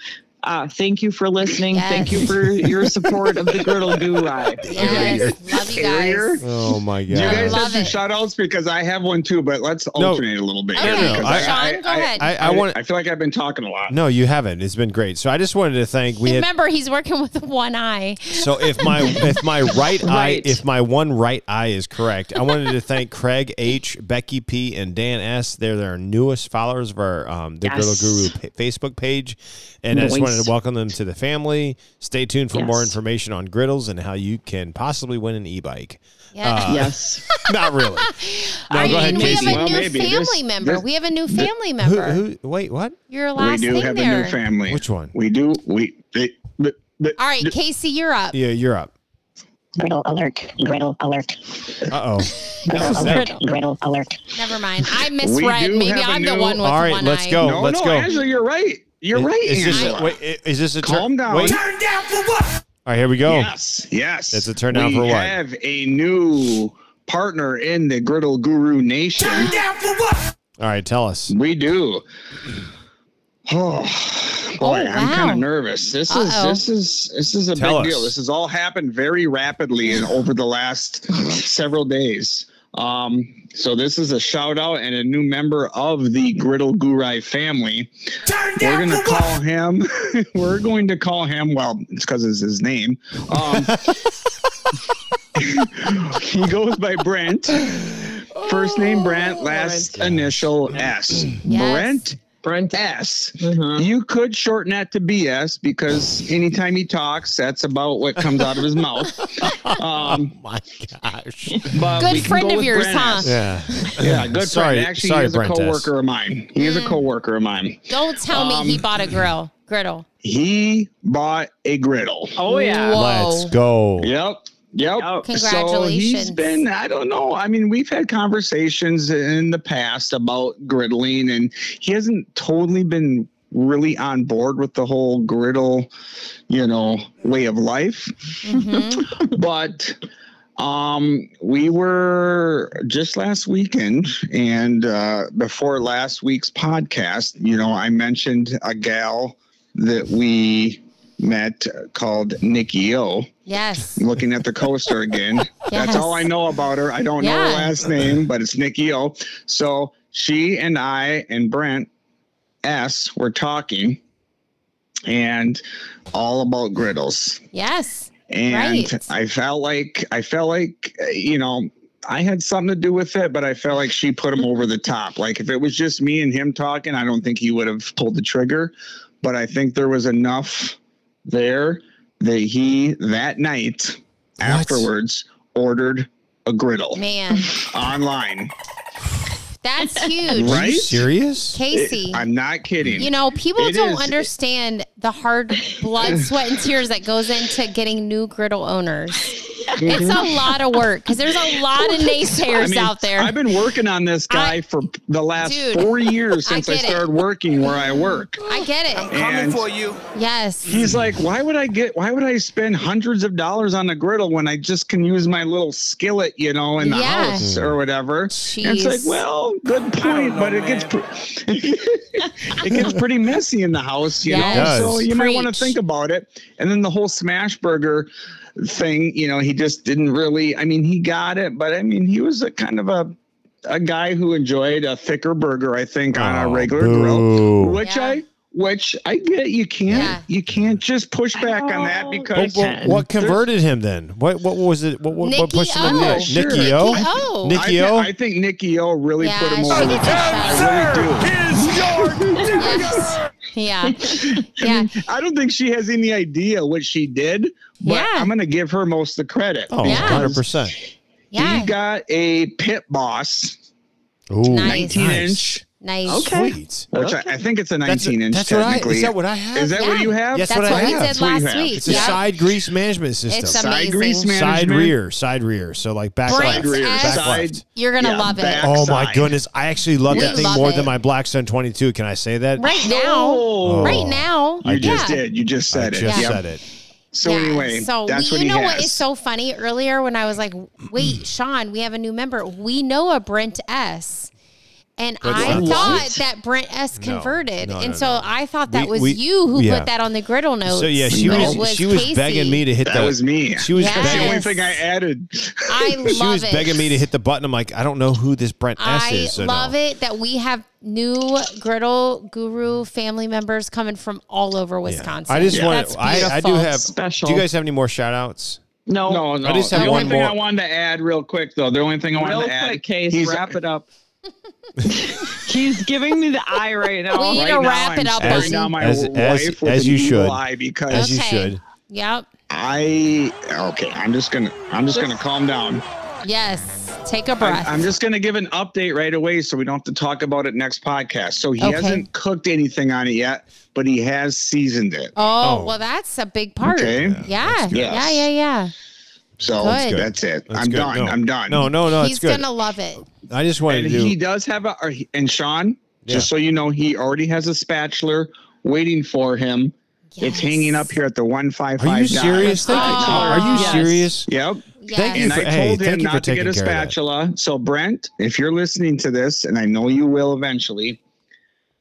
Speaker 5: Uh, thank you for listening.
Speaker 2: Yes.
Speaker 5: Thank you for your support of the Girdle Goo Ride.
Speaker 2: (laughs) yes. Love you guys.
Speaker 1: Oh my god.
Speaker 4: Do you guys
Speaker 2: I
Speaker 4: have
Speaker 2: love
Speaker 4: some
Speaker 2: it.
Speaker 4: shout outs? Because I have one too, but let's
Speaker 1: No.
Speaker 4: alternate a little bit.
Speaker 2: Okay,
Speaker 1: no, no,
Speaker 4: because
Speaker 1: I-
Speaker 2: Sean, go ahead.
Speaker 1: I, I want.
Speaker 4: I feel like I've been talking a lot.
Speaker 1: No, you haven't. It's been great. So I just wanted to thank. We had
Speaker 2: Remember, he's working with one eye.
Speaker 1: So if my if my right, eye
Speaker 5: Right.
Speaker 1: if my one right eye is correct, I wanted to thank Craig H, Becky P, and Dan S. They're their newest followers of our um, the
Speaker 5: Yes.
Speaker 1: Griddle Guru pa- Facebook page, and I just wanted
Speaker 5: Nice.
Speaker 1: to welcome them to the family. Stay tuned for more
Speaker 5: Yes.
Speaker 1: information on griddles and how you can possibly win an e-bike.
Speaker 2: Yeah.
Speaker 5: Yes.
Speaker 1: Not really. No,
Speaker 2: I
Speaker 1: go ahead,
Speaker 2: mean, Uh, we
Speaker 1: Casey.
Speaker 2: have a
Speaker 4: Well,
Speaker 2: new
Speaker 4: maybe.
Speaker 2: family
Speaker 4: This-
Speaker 2: member.
Speaker 4: this-
Speaker 2: we have a new
Speaker 4: th-
Speaker 2: family
Speaker 1: Who,
Speaker 2: member.
Speaker 1: who? Wait, what?
Speaker 2: Your
Speaker 4: we
Speaker 2: last
Speaker 4: do
Speaker 2: thing
Speaker 4: have
Speaker 2: there.
Speaker 4: a new family.
Speaker 1: Which one?
Speaker 4: We do. We. They, but, but,
Speaker 2: All right, Casey, you're up.
Speaker 1: Yeah, you're up.
Speaker 6: Griddle alert, griddle alert,
Speaker 1: Uh oh.
Speaker 6: griddle
Speaker 2: was
Speaker 6: alert,
Speaker 2: that?
Speaker 6: griddle alert.
Speaker 2: Never mind. I
Speaker 4: We
Speaker 2: misread.
Speaker 4: do
Speaker 2: Maybe
Speaker 4: have a
Speaker 2: I'm the
Speaker 4: new-
Speaker 2: one with
Speaker 1: All right,
Speaker 2: one
Speaker 1: let's
Speaker 2: eye.
Speaker 1: go.
Speaker 4: no,
Speaker 1: Oh, let's
Speaker 4: no,
Speaker 1: go.
Speaker 4: Angela, you're right. You're right,
Speaker 1: Is this
Speaker 4: Angela.
Speaker 1: a, wait, i- is this a turn-
Speaker 4: Calm down.
Speaker 1: Wait. All right, here we go.
Speaker 4: Yes, yes.
Speaker 1: That's a turnout
Speaker 4: we
Speaker 1: for what?
Speaker 4: have a new partner in the Griddle Guru Nation.
Speaker 1: All right, tell us.
Speaker 4: We do. (sighs) Oh boy,
Speaker 2: Oh,
Speaker 4: I'm kind
Speaker 2: wow.
Speaker 4: of nervous. This is
Speaker 2: Uh-oh.
Speaker 4: this is this is a
Speaker 1: Tell us.
Speaker 4: big deal. This has all happened very rapidly and over the last several days. Um, so this is a shout out and a new member of the Griddle Gurai family. we're gonna call him. (laughs) we're going to call him. Well, it's because it's his name. Um, (laughs) he goes by Brent. First name Oh, Brent, last (clears throat) initial S.
Speaker 2: Yes.
Speaker 4: Brent Brent S.
Speaker 5: Mhm.
Speaker 4: You could shorten that to BS because anytime he talks, that's about what comes out of his (laughs) mouth.
Speaker 2: (laughs)
Speaker 4: Um,
Speaker 1: My gosh.
Speaker 4: but
Speaker 2: Good
Speaker 4: we can
Speaker 2: friend
Speaker 4: go
Speaker 2: of
Speaker 4: with
Speaker 2: yours,
Speaker 4: Brent
Speaker 2: huh?
Speaker 4: S.
Speaker 1: Yeah.
Speaker 4: Yeah, good
Speaker 1: Sorry-
Speaker 4: friend. Actually,
Speaker 1: sorry,
Speaker 4: he is
Speaker 1: Brent
Speaker 4: a
Speaker 1: S.
Speaker 4: coworker of mine. He is a
Speaker 2: Mm.
Speaker 4: coworker of mine.
Speaker 2: Don't tell
Speaker 4: Um,
Speaker 2: me he bought a grill. Griddle.
Speaker 4: He bought a griddle.
Speaker 5: Oh yeah.
Speaker 2: Whoa.
Speaker 1: Let's go.
Speaker 4: Yep. Yep.
Speaker 5: Yep.
Speaker 4: So
Speaker 2: Congratulations.
Speaker 4: he's been, I don't know. I mean, we've had conversations in the past about griddling, and he hasn't totally been really on board with the whole griddle, you know, way of life. (laughs)
Speaker 2: Mhm.
Speaker 4: but um we were just last weekend and uh before last week's podcast you know i mentioned a gal that we met called nikki o
Speaker 2: Yes.
Speaker 4: looking at the coaster again that's all i
Speaker 2: Yes.
Speaker 4: know about her i don't know her
Speaker 2: Yeah.
Speaker 4: last name but it's nikki o so she and i and brent s were talking and all about griddles
Speaker 2: Yes.
Speaker 4: and
Speaker 2: Right.
Speaker 4: I felt like I felt like uh, you know I had something to do with it, but I felt like she put him over the top. Like if it was just me and him talking, I don't think he would have pulled the trigger. But I think there was enough there that he that night
Speaker 1: What?
Speaker 4: afterwards ordered a griddle
Speaker 2: Man,
Speaker 4: online.
Speaker 2: that's huge.
Speaker 1: Are
Speaker 4: Right?
Speaker 1: you serious?
Speaker 2: Casey.
Speaker 4: I'm not kidding.
Speaker 2: you know, people
Speaker 4: It
Speaker 2: don't
Speaker 4: is-
Speaker 2: understand the hard blood, sweat, and tears that goes into getting new griddle owners. It's a lot of work because there's a lot of naysayers
Speaker 4: Mm-hmm. I mean,
Speaker 2: out there.
Speaker 4: I've been working on this guy
Speaker 2: I-
Speaker 4: for the last
Speaker 2: Dude,
Speaker 4: four years
Speaker 2: (laughs) I
Speaker 4: since I,
Speaker 2: get it.
Speaker 4: started working where I work.
Speaker 2: I get it.
Speaker 4: And-
Speaker 7: Coming for you.
Speaker 2: Yes.
Speaker 4: He's like, why would I get? Why would I spend hundreds of dollars on a griddle when I just can use my little skillet, you know, in the
Speaker 2: Yeah.
Speaker 4: house
Speaker 1: Mm.
Speaker 4: or whatever? And it's like,
Speaker 2: Jeez.
Speaker 4: well, good point,
Speaker 7: know,
Speaker 4: but it
Speaker 7: man.
Speaker 4: gets pre- (laughs) it gets pretty messy in the house, you
Speaker 2: Yes.
Speaker 4: know.
Speaker 1: It does.
Speaker 4: So you might want
Speaker 2: Preach.
Speaker 4: to think about it. And then the whole smash burger thing, you know, he just didn't really. I mean, he got it, but I mean, he was a kind of a a guy who enjoyed a thicker burger, I think, on a
Speaker 1: Oh,
Speaker 4: regular grill
Speaker 1: boo.
Speaker 4: which
Speaker 2: Yeah.
Speaker 4: I which I get. You can't
Speaker 2: Yeah.
Speaker 4: you can't just push back on that
Speaker 5: Oh,
Speaker 1: What,
Speaker 4: because
Speaker 5: well,
Speaker 1: what, what converted him then? What what was it? What, what, what
Speaker 2: Nikki
Speaker 1: pushed him? to
Speaker 2: O.
Speaker 1: do it?
Speaker 4: Sure.
Speaker 1: Nikki
Speaker 2: Nikki
Speaker 1: O.
Speaker 2: O.
Speaker 1: Nick-
Speaker 4: I,
Speaker 1: Nikki
Speaker 4: thi-
Speaker 1: O?
Speaker 4: I think Nikki O really
Speaker 2: Yeah,
Speaker 4: put him
Speaker 2: she
Speaker 4: over the
Speaker 2: gets a
Speaker 4: top. I
Speaker 2: shout.
Speaker 4: really do.
Speaker 2: Yes.
Speaker 4: (laughs)
Speaker 2: Yeah. Yeah.
Speaker 4: I don't think she has any idea what she did, but
Speaker 2: Yeah.
Speaker 4: I'm gonna give her most of the credit.
Speaker 1: Oh,
Speaker 2: Yeah.
Speaker 1: 100%.
Speaker 2: Yeah.
Speaker 4: He got a pit boss,
Speaker 1: Ooh,
Speaker 2: Nice.
Speaker 4: 19
Speaker 1: nice.
Speaker 4: inch,
Speaker 2: Nice.
Speaker 5: Okay.
Speaker 1: Sweet.
Speaker 4: which I, I think it's a 19 inch
Speaker 1: that's what I,
Speaker 4: technically.
Speaker 1: is that what I have?
Speaker 4: Is that what
Speaker 2: Yeah.
Speaker 4: you have?
Speaker 1: Yes.
Speaker 2: That's
Speaker 1: what I
Speaker 2: what we
Speaker 1: have.
Speaker 2: did
Speaker 1: That's what
Speaker 4: you
Speaker 2: last
Speaker 4: have.
Speaker 2: week.
Speaker 1: it's a
Speaker 2: Yep.
Speaker 1: side grease management system.
Speaker 2: It's
Speaker 1: side,
Speaker 4: Side
Speaker 2: amazing.
Speaker 4: grease management.
Speaker 1: rear, side rear. So like back
Speaker 2: Brains
Speaker 1: left,
Speaker 4: rear,
Speaker 1: back
Speaker 4: side-
Speaker 1: left.
Speaker 2: You're gonna
Speaker 4: Yeah,
Speaker 2: love it.
Speaker 4: back-
Speaker 1: Oh my
Speaker 4: side.
Speaker 1: goodness! I actually love
Speaker 2: We
Speaker 1: that thing
Speaker 2: love
Speaker 1: more
Speaker 2: it.
Speaker 1: than my Blackstone 22. Can I say that?
Speaker 2: Right now.
Speaker 4: No.
Speaker 1: Oh.
Speaker 2: Right now.
Speaker 4: You just
Speaker 2: yeah.
Speaker 4: did. You just
Speaker 1: I
Speaker 4: said it.
Speaker 1: just
Speaker 2: Yeah.
Speaker 1: said it.
Speaker 4: So
Speaker 2: Yeah,
Speaker 4: anyway,
Speaker 2: so
Speaker 4: that's
Speaker 2: we,
Speaker 4: what
Speaker 2: you
Speaker 4: he
Speaker 2: know
Speaker 4: has. Mm.
Speaker 2: what is so funny? Earlier, when I was like, "Wait, Sean, we have a new member. We know a Brent S." And
Speaker 1: Brent
Speaker 2: I
Speaker 1: S.
Speaker 2: thought
Speaker 1: What?
Speaker 2: that Brent S
Speaker 1: No,
Speaker 2: converted,
Speaker 1: no,
Speaker 2: and
Speaker 1: no,
Speaker 2: so
Speaker 1: no.
Speaker 2: I thought that
Speaker 1: We-
Speaker 2: was
Speaker 1: we-
Speaker 2: you who
Speaker 1: yeah.
Speaker 2: put that on the griddle notes.
Speaker 1: So yeah, she
Speaker 2: but
Speaker 1: was,
Speaker 2: it
Speaker 1: she was
Speaker 2: Casey.
Speaker 1: begging me to hit
Speaker 4: that
Speaker 1: the.
Speaker 4: was me.
Speaker 1: she was
Speaker 2: Yes.
Speaker 4: That's the
Speaker 1: begging.
Speaker 4: only thing I added.
Speaker 2: I love
Speaker 1: (laughs) She was
Speaker 2: it.
Speaker 1: begging me to hit the button. I'm like, I don't know who this Brent S
Speaker 2: I
Speaker 1: is. so no.
Speaker 2: love it that we have new griddle guru family members coming from all over Wisconsin.
Speaker 1: I just
Speaker 4: Yeah.
Speaker 1: want.
Speaker 2: That's
Speaker 1: I, I do
Speaker 2: beautiful.
Speaker 1: have.
Speaker 5: Special.
Speaker 1: Do you guys have any more shout outs?
Speaker 4: (laughs)
Speaker 5: no,
Speaker 4: No, no.
Speaker 1: I just
Speaker 4: the
Speaker 1: have
Speaker 4: only
Speaker 1: one
Speaker 4: thing
Speaker 1: more.
Speaker 4: I wanted to add real quick though. The only thing I wanted
Speaker 5: Real
Speaker 4: to add
Speaker 5: quick, Case,
Speaker 4: he's-
Speaker 5: wrap
Speaker 2: (laughs)
Speaker 5: it up. He's giving me the eye right now.
Speaker 2: We need
Speaker 4: right
Speaker 2: to
Speaker 4: now
Speaker 2: wrap it
Speaker 4: I'm
Speaker 2: up.
Speaker 4: staring
Speaker 1: As-
Speaker 4: down my
Speaker 1: as-
Speaker 4: wife
Speaker 1: as-
Speaker 4: with
Speaker 1: as
Speaker 4: an
Speaker 1: you
Speaker 4: evil
Speaker 1: should.
Speaker 4: eye because
Speaker 1: As you
Speaker 2: Okay.
Speaker 1: should.
Speaker 2: Yep.
Speaker 4: I okay, I'm just gonna I'm just gonna calm down.
Speaker 2: Yes. Take a
Speaker 4: I'm,
Speaker 2: breath.
Speaker 4: I'm just gonna give an update right away so we don't have to talk about it next podcast. So he
Speaker 2: Okay.
Speaker 4: hasn't cooked anything on it yet, but he has seasoned it.
Speaker 2: oh,
Speaker 1: Oh.
Speaker 2: well, that's a big part.
Speaker 4: Okay.
Speaker 2: Yeah. Yeah.
Speaker 4: good.
Speaker 2: Yeah. Yeah.
Speaker 4: So
Speaker 2: That's good.
Speaker 4: that's it.
Speaker 1: That's
Speaker 4: I'm
Speaker 1: good.
Speaker 4: done.
Speaker 1: No.
Speaker 4: I'm done.
Speaker 1: No, Oh, no, no.
Speaker 2: He's
Speaker 1: it's good.
Speaker 2: gonna love it.
Speaker 1: I just wanted
Speaker 4: and
Speaker 1: to do.
Speaker 4: he does have a or he- and Sean, just
Speaker 1: Yeah.
Speaker 4: so you know, he already has a spatula waiting for him.
Speaker 2: Yes.
Speaker 4: It's hanging up here at the one five
Speaker 1: Are you
Speaker 4: five.
Speaker 1: serious? Thank you.
Speaker 2: Oh,
Speaker 1: Are you
Speaker 5: Yes.
Speaker 1: serious?
Speaker 4: Yep.
Speaker 2: Yes.
Speaker 1: Thank you
Speaker 4: And
Speaker 1: for-
Speaker 4: I
Speaker 1: hey,
Speaker 4: told him
Speaker 1: thank you for
Speaker 4: not to get
Speaker 1: taking
Speaker 4: a
Speaker 1: care of that.
Speaker 4: spatula. So Brent, if you're listening to this, and I know you will eventually,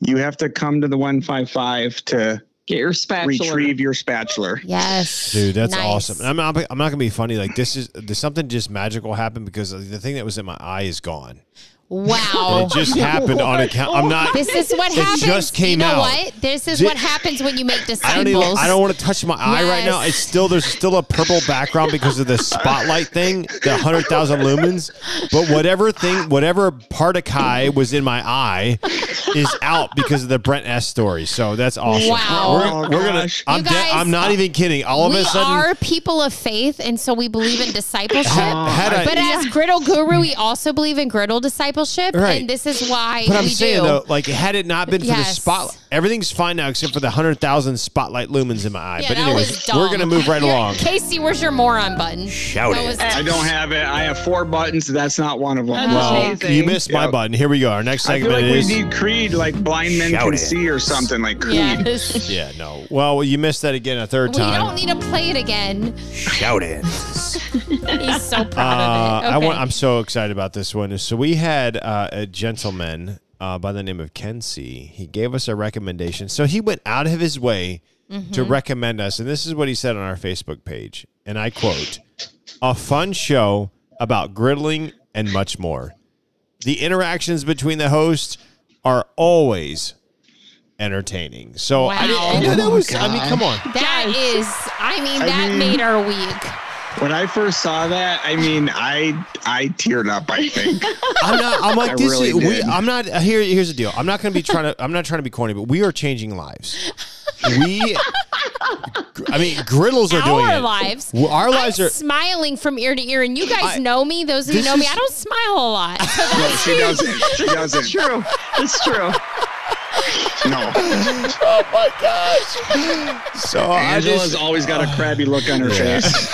Speaker 4: you have to come to the one five five to
Speaker 5: Get your spatula.
Speaker 4: retrieve your spatula.
Speaker 2: Yes.
Speaker 1: Dude, that's
Speaker 2: Nice.
Speaker 1: awesome. I'm not, I'm not gonna be funny. Like this is there's something just magical happened because the thing that was in my eye is gone.
Speaker 2: Wow.
Speaker 1: It just happened on account. I'm not.
Speaker 2: Oh. This is what
Speaker 1: It
Speaker 2: happens.
Speaker 1: just came
Speaker 2: you know
Speaker 1: out.
Speaker 2: what? This is
Speaker 1: Ju-
Speaker 2: what happens when you make disciples.
Speaker 1: I don't even. I don't want to touch my eye right
Speaker 2: Yes.
Speaker 1: now. It's still there's still a purple background because of the spotlight thing, the hundred thousand lumens. But whatever thing, whatever particle was in my eye, is out because of the Brent S story. So that's awesome.
Speaker 2: Wow.
Speaker 1: We're, we're gonna.
Speaker 4: Gosh.
Speaker 1: I'm,
Speaker 2: You guys-
Speaker 1: de- I'm not even kidding. All of
Speaker 2: we
Speaker 1: a sudden, Ah.
Speaker 2: are people of faith, and so we believe in discipleship.
Speaker 1: had I-
Speaker 2: but as griddle guru, we also believe in griddle discipleship,
Speaker 1: Right.
Speaker 2: and this is why
Speaker 1: But I'm
Speaker 2: we
Speaker 1: saying
Speaker 2: do.
Speaker 1: though, like had it not been for the
Speaker 2: Yes.
Speaker 1: spotlight, everything's fine now except for the hundred thousand spotlight lumens in my eye.
Speaker 2: yeah,
Speaker 1: but
Speaker 2: that
Speaker 1: anyway,
Speaker 2: was dumb.
Speaker 1: we're gonna move right
Speaker 2: You're-
Speaker 1: along.
Speaker 2: Casey, where's your moron button?
Speaker 1: Shout
Speaker 2: That
Speaker 1: it.
Speaker 2: was-
Speaker 4: I don't have it. I have four buttons. That's not one of them.
Speaker 5: That's
Speaker 1: Well,
Speaker 5: Amazing.
Speaker 1: you missed my
Speaker 4: Yep.
Speaker 1: button. Here we go. Our next
Speaker 4: I feel
Speaker 1: segment
Speaker 4: like we
Speaker 1: is
Speaker 4: need Creed, like blind men
Speaker 1: Shout
Speaker 4: can
Speaker 1: it.
Speaker 4: see, or something like Creed.
Speaker 2: (laughs) Yes.
Speaker 1: Yeah, no. Well, you missed that again a third
Speaker 2: We don't
Speaker 1: time.
Speaker 2: need to play it again.
Speaker 1: Shout it.
Speaker 2: (laughs) He's so (laughs) proud
Speaker 1: Uh,
Speaker 2: of it. Okay.
Speaker 1: I want, I'm so excited about this one. So we had uh, a gentleman uh, by the name of Kenzie. He gave us a recommendation. So he went out of his way
Speaker 2: Mm-hmm.
Speaker 1: to recommend us, and this is what he said on our Facebook page, and I quote: "A fun show about griddling and much more. The interactions between the hosts are always." Entertaining, so I didn't, I
Speaker 2: Wow. Oh
Speaker 1: knew that was. I mean, come on,
Speaker 2: That is, I mean,
Speaker 4: I
Speaker 2: that
Speaker 4: mean-
Speaker 2: made our week.
Speaker 4: When I first saw that, I mean, I I teared up. I
Speaker 2: (laughs)
Speaker 4: think.
Speaker 1: I'm not. I'm like
Speaker 4: I
Speaker 1: this.
Speaker 4: really
Speaker 1: is, we,
Speaker 4: did.
Speaker 1: I'm not. Here, here's the deal. I'm not going to be trying to. I'm not trying to be corny, but we are changing lives. We. I mean, griddles are doing
Speaker 2: Our
Speaker 1: it.
Speaker 2: lives.
Speaker 1: Well, Our lives
Speaker 2: I'm
Speaker 1: are.
Speaker 2: smiling from ear to ear, and you guys
Speaker 1: I-
Speaker 2: know me. Those of you
Speaker 1: This
Speaker 2: know me,
Speaker 1: is-
Speaker 2: I don't smile a lot.
Speaker 4: no, she doesn't. She doesn't.
Speaker 5: True. It's
Speaker 1: (laughs)
Speaker 5: true.
Speaker 4: No.
Speaker 1: (laughs) So I
Speaker 4: Angela's
Speaker 1: just.
Speaker 4: always got a crabby look on her
Speaker 1: Yeah. (laughs)
Speaker 4: face.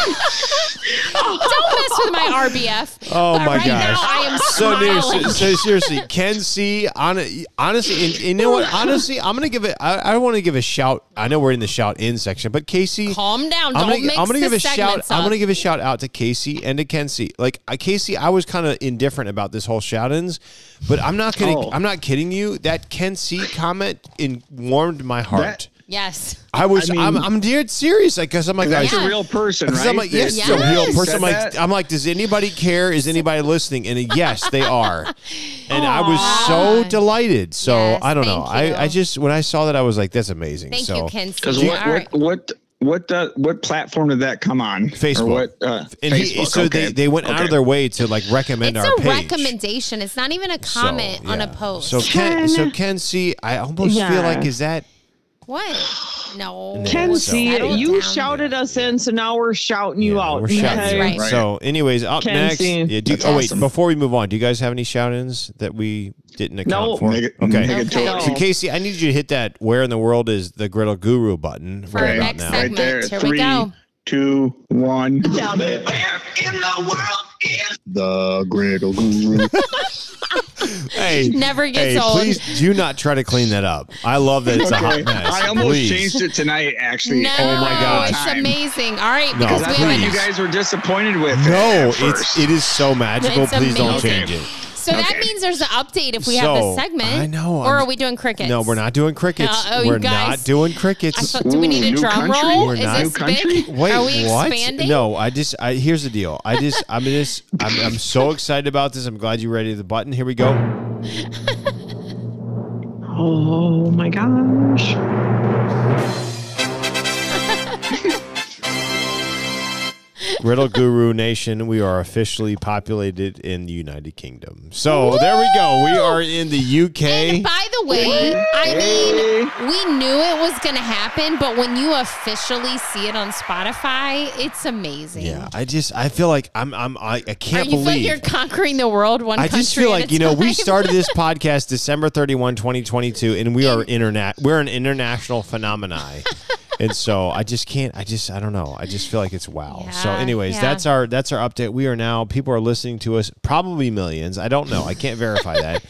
Speaker 2: don't mess with my RBF.
Speaker 1: Oh
Speaker 2: but
Speaker 1: my gosh.
Speaker 2: right Now I am
Speaker 1: So, dear,
Speaker 2: smiling.
Speaker 1: so, so seriously, Ken C. On, honestly, and, and you know what? Honestly, I'm gonna give it. I, I want to give a shout. I know we're in the shout in section, but Casey,
Speaker 2: Calm down.
Speaker 1: I'm
Speaker 2: Don't
Speaker 1: gonna,
Speaker 2: mix
Speaker 1: I'm gonna
Speaker 2: the
Speaker 1: give a shout.
Speaker 2: segments
Speaker 1: I'm
Speaker 2: up.
Speaker 1: gonna give a shout out to Casey and to Kenzie. Like I, Casey, I was kind of indifferent about this whole shout-ins, but I'm not gonna.
Speaker 4: Oh.
Speaker 1: I'm not kidding you. That Kenzie comment in, warmed my heart.
Speaker 4: That-
Speaker 2: yes.
Speaker 1: I was.
Speaker 4: I
Speaker 1: I am
Speaker 4: mean-
Speaker 1: I'm dead serious. I guess I'm like.
Speaker 4: That's
Speaker 1: I,
Speaker 2: Yeah.
Speaker 4: a real person, right?
Speaker 1: because I'm like, yes,
Speaker 2: Yes.
Speaker 1: it's a real person.
Speaker 4: Said
Speaker 1: I'm like,
Speaker 4: that?
Speaker 1: I'm like, does anybody care? Is anybody listening? And yes, they are. And I was so
Speaker 2: Aw.
Speaker 1: delighted. So
Speaker 2: Yes,
Speaker 1: I don't know.
Speaker 2: thank you.
Speaker 1: I, I just when I saw that, I was like, that's amazing.
Speaker 2: Thank
Speaker 1: so
Speaker 2: you, Kenzie.
Speaker 4: Because
Speaker 2: All
Speaker 4: what,
Speaker 2: right.
Speaker 4: what what what uh, what platform did that come on?
Speaker 1: Facebook.
Speaker 4: Or what, uh,
Speaker 1: and
Speaker 4: Facebook.
Speaker 1: he, so
Speaker 4: okay.
Speaker 1: they, they went out
Speaker 4: Okay.
Speaker 1: of their way to like recommend
Speaker 2: It's
Speaker 1: our
Speaker 2: a
Speaker 1: page.
Speaker 2: recommendation. It's not even a
Speaker 1: So,
Speaker 2: comment on a
Speaker 1: yeah.
Speaker 2: post.
Speaker 1: So Ken,
Speaker 5: Ken-
Speaker 1: so Ken C, I almost
Speaker 5: Yeah.
Speaker 1: feel like is that
Speaker 2: what? No.
Speaker 1: Yeah,
Speaker 5: Ken
Speaker 1: so-
Speaker 5: C,
Speaker 2: Settle
Speaker 5: you
Speaker 2: down.
Speaker 5: shouted us in, so now we're shouting you
Speaker 1: Yeah,
Speaker 5: out.
Speaker 1: We're shouting
Speaker 5: okay?
Speaker 1: you.
Speaker 2: Right.
Speaker 1: out. So, anyways, up
Speaker 5: Ken
Speaker 1: next.
Speaker 5: C.
Speaker 1: Yeah, do,
Speaker 4: That's
Speaker 1: oh wait,
Speaker 4: awesome.
Speaker 1: before we move on, do you guys have any shout-ins that we didn't account
Speaker 5: No.
Speaker 1: for?
Speaker 4: Neg-
Speaker 1: okay.
Speaker 4: negatory.
Speaker 2: Okay.
Speaker 1: So Casey, I need you to hit that "Where in the world is the Griddle Guru" button
Speaker 2: For
Speaker 1: right
Speaker 2: our
Speaker 1: about
Speaker 2: next
Speaker 1: now.
Speaker 4: Right there.
Speaker 2: segment. Here we
Speaker 4: Three,
Speaker 2: go.
Speaker 4: two, one. The griddle guru.
Speaker 1: Hey,
Speaker 2: Never gets
Speaker 1: hey,
Speaker 2: old.
Speaker 1: please do not try to clean that up. I love that it's a hot
Speaker 4: okay.
Speaker 1: mess.
Speaker 4: I almost
Speaker 1: Please.
Speaker 4: changed it tonight, actually.
Speaker 2: No,
Speaker 1: Oh my God.
Speaker 2: it's
Speaker 4: Time.
Speaker 2: amazing. All right,
Speaker 1: No,
Speaker 2: because
Speaker 4: That's
Speaker 2: we
Speaker 4: what
Speaker 1: please.
Speaker 2: have
Speaker 4: you guys were disappointed with. it at
Speaker 1: No,
Speaker 4: first.
Speaker 1: it's it is so magical.
Speaker 2: It's
Speaker 1: please don't
Speaker 2: amazing.
Speaker 1: change it.
Speaker 2: a, so that
Speaker 4: Okay.
Speaker 2: means there's an update if we have
Speaker 1: So,
Speaker 2: this segment.
Speaker 1: I know,
Speaker 2: Or
Speaker 1: I'm-
Speaker 2: are we doing crickets?
Speaker 1: No, we're not doing crickets.
Speaker 2: Uh, oh, you
Speaker 1: we're
Speaker 2: guys.
Speaker 1: not doing crickets.
Speaker 2: I thought, do we
Speaker 4: Ooh,
Speaker 2: need a
Speaker 4: new
Speaker 2: drum
Speaker 4: country?
Speaker 2: roll?
Speaker 1: We're
Speaker 2: Is
Speaker 1: not-
Speaker 2: this
Speaker 4: New country?
Speaker 2: big?
Speaker 1: Wait,
Speaker 2: are we
Speaker 1: what?
Speaker 2: expanding?
Speaker 1: No, I just I here's the deal. I just I'm just I'm, I'm so excited about this. I'm glad you ready the button. Here we
Speaker 2: (laughs)
Speaker 1: go.
Speaker 5: Oh my gosh.
Speaker 1: Riddle Guru Nation, we are officially populated in the United Kingdom. So there we go. We are in the UK.
Speaker 2: And by the way, I mean, we knew it was going to happen, but when you officially see it on Spotify, it's amazing.
Speaker 1: yeah, I just I feel like I'm I'm I, I
Speaker 2: Are
Speaker 1: can't
Speaker 2: you feel like
Speaker 1: believe
Speaker 2: you're conquering the world one
Speaker 1: I
Speaker 2: country
Speaker 1: just feel
Speaker 2: at a
Speaker 1: like you know we
Speaker 2: time?
Speaker 1: started
Speaker 2: (laughs)
Speaker 1: this podcast December 31, 2022 and we are internet we're an international phenomenon. and so I just can't I just I don't know. I just feel like it's wow. so
Speaker 2: Yeah,
Speaker 1: anyways,
Speaker 2: yeah.
Speaker 1: that's our that's our update. We are now people are listening to us probably millions. I don't know. I can't verify
Speaker 2: (laughs)
Speaker 1: that.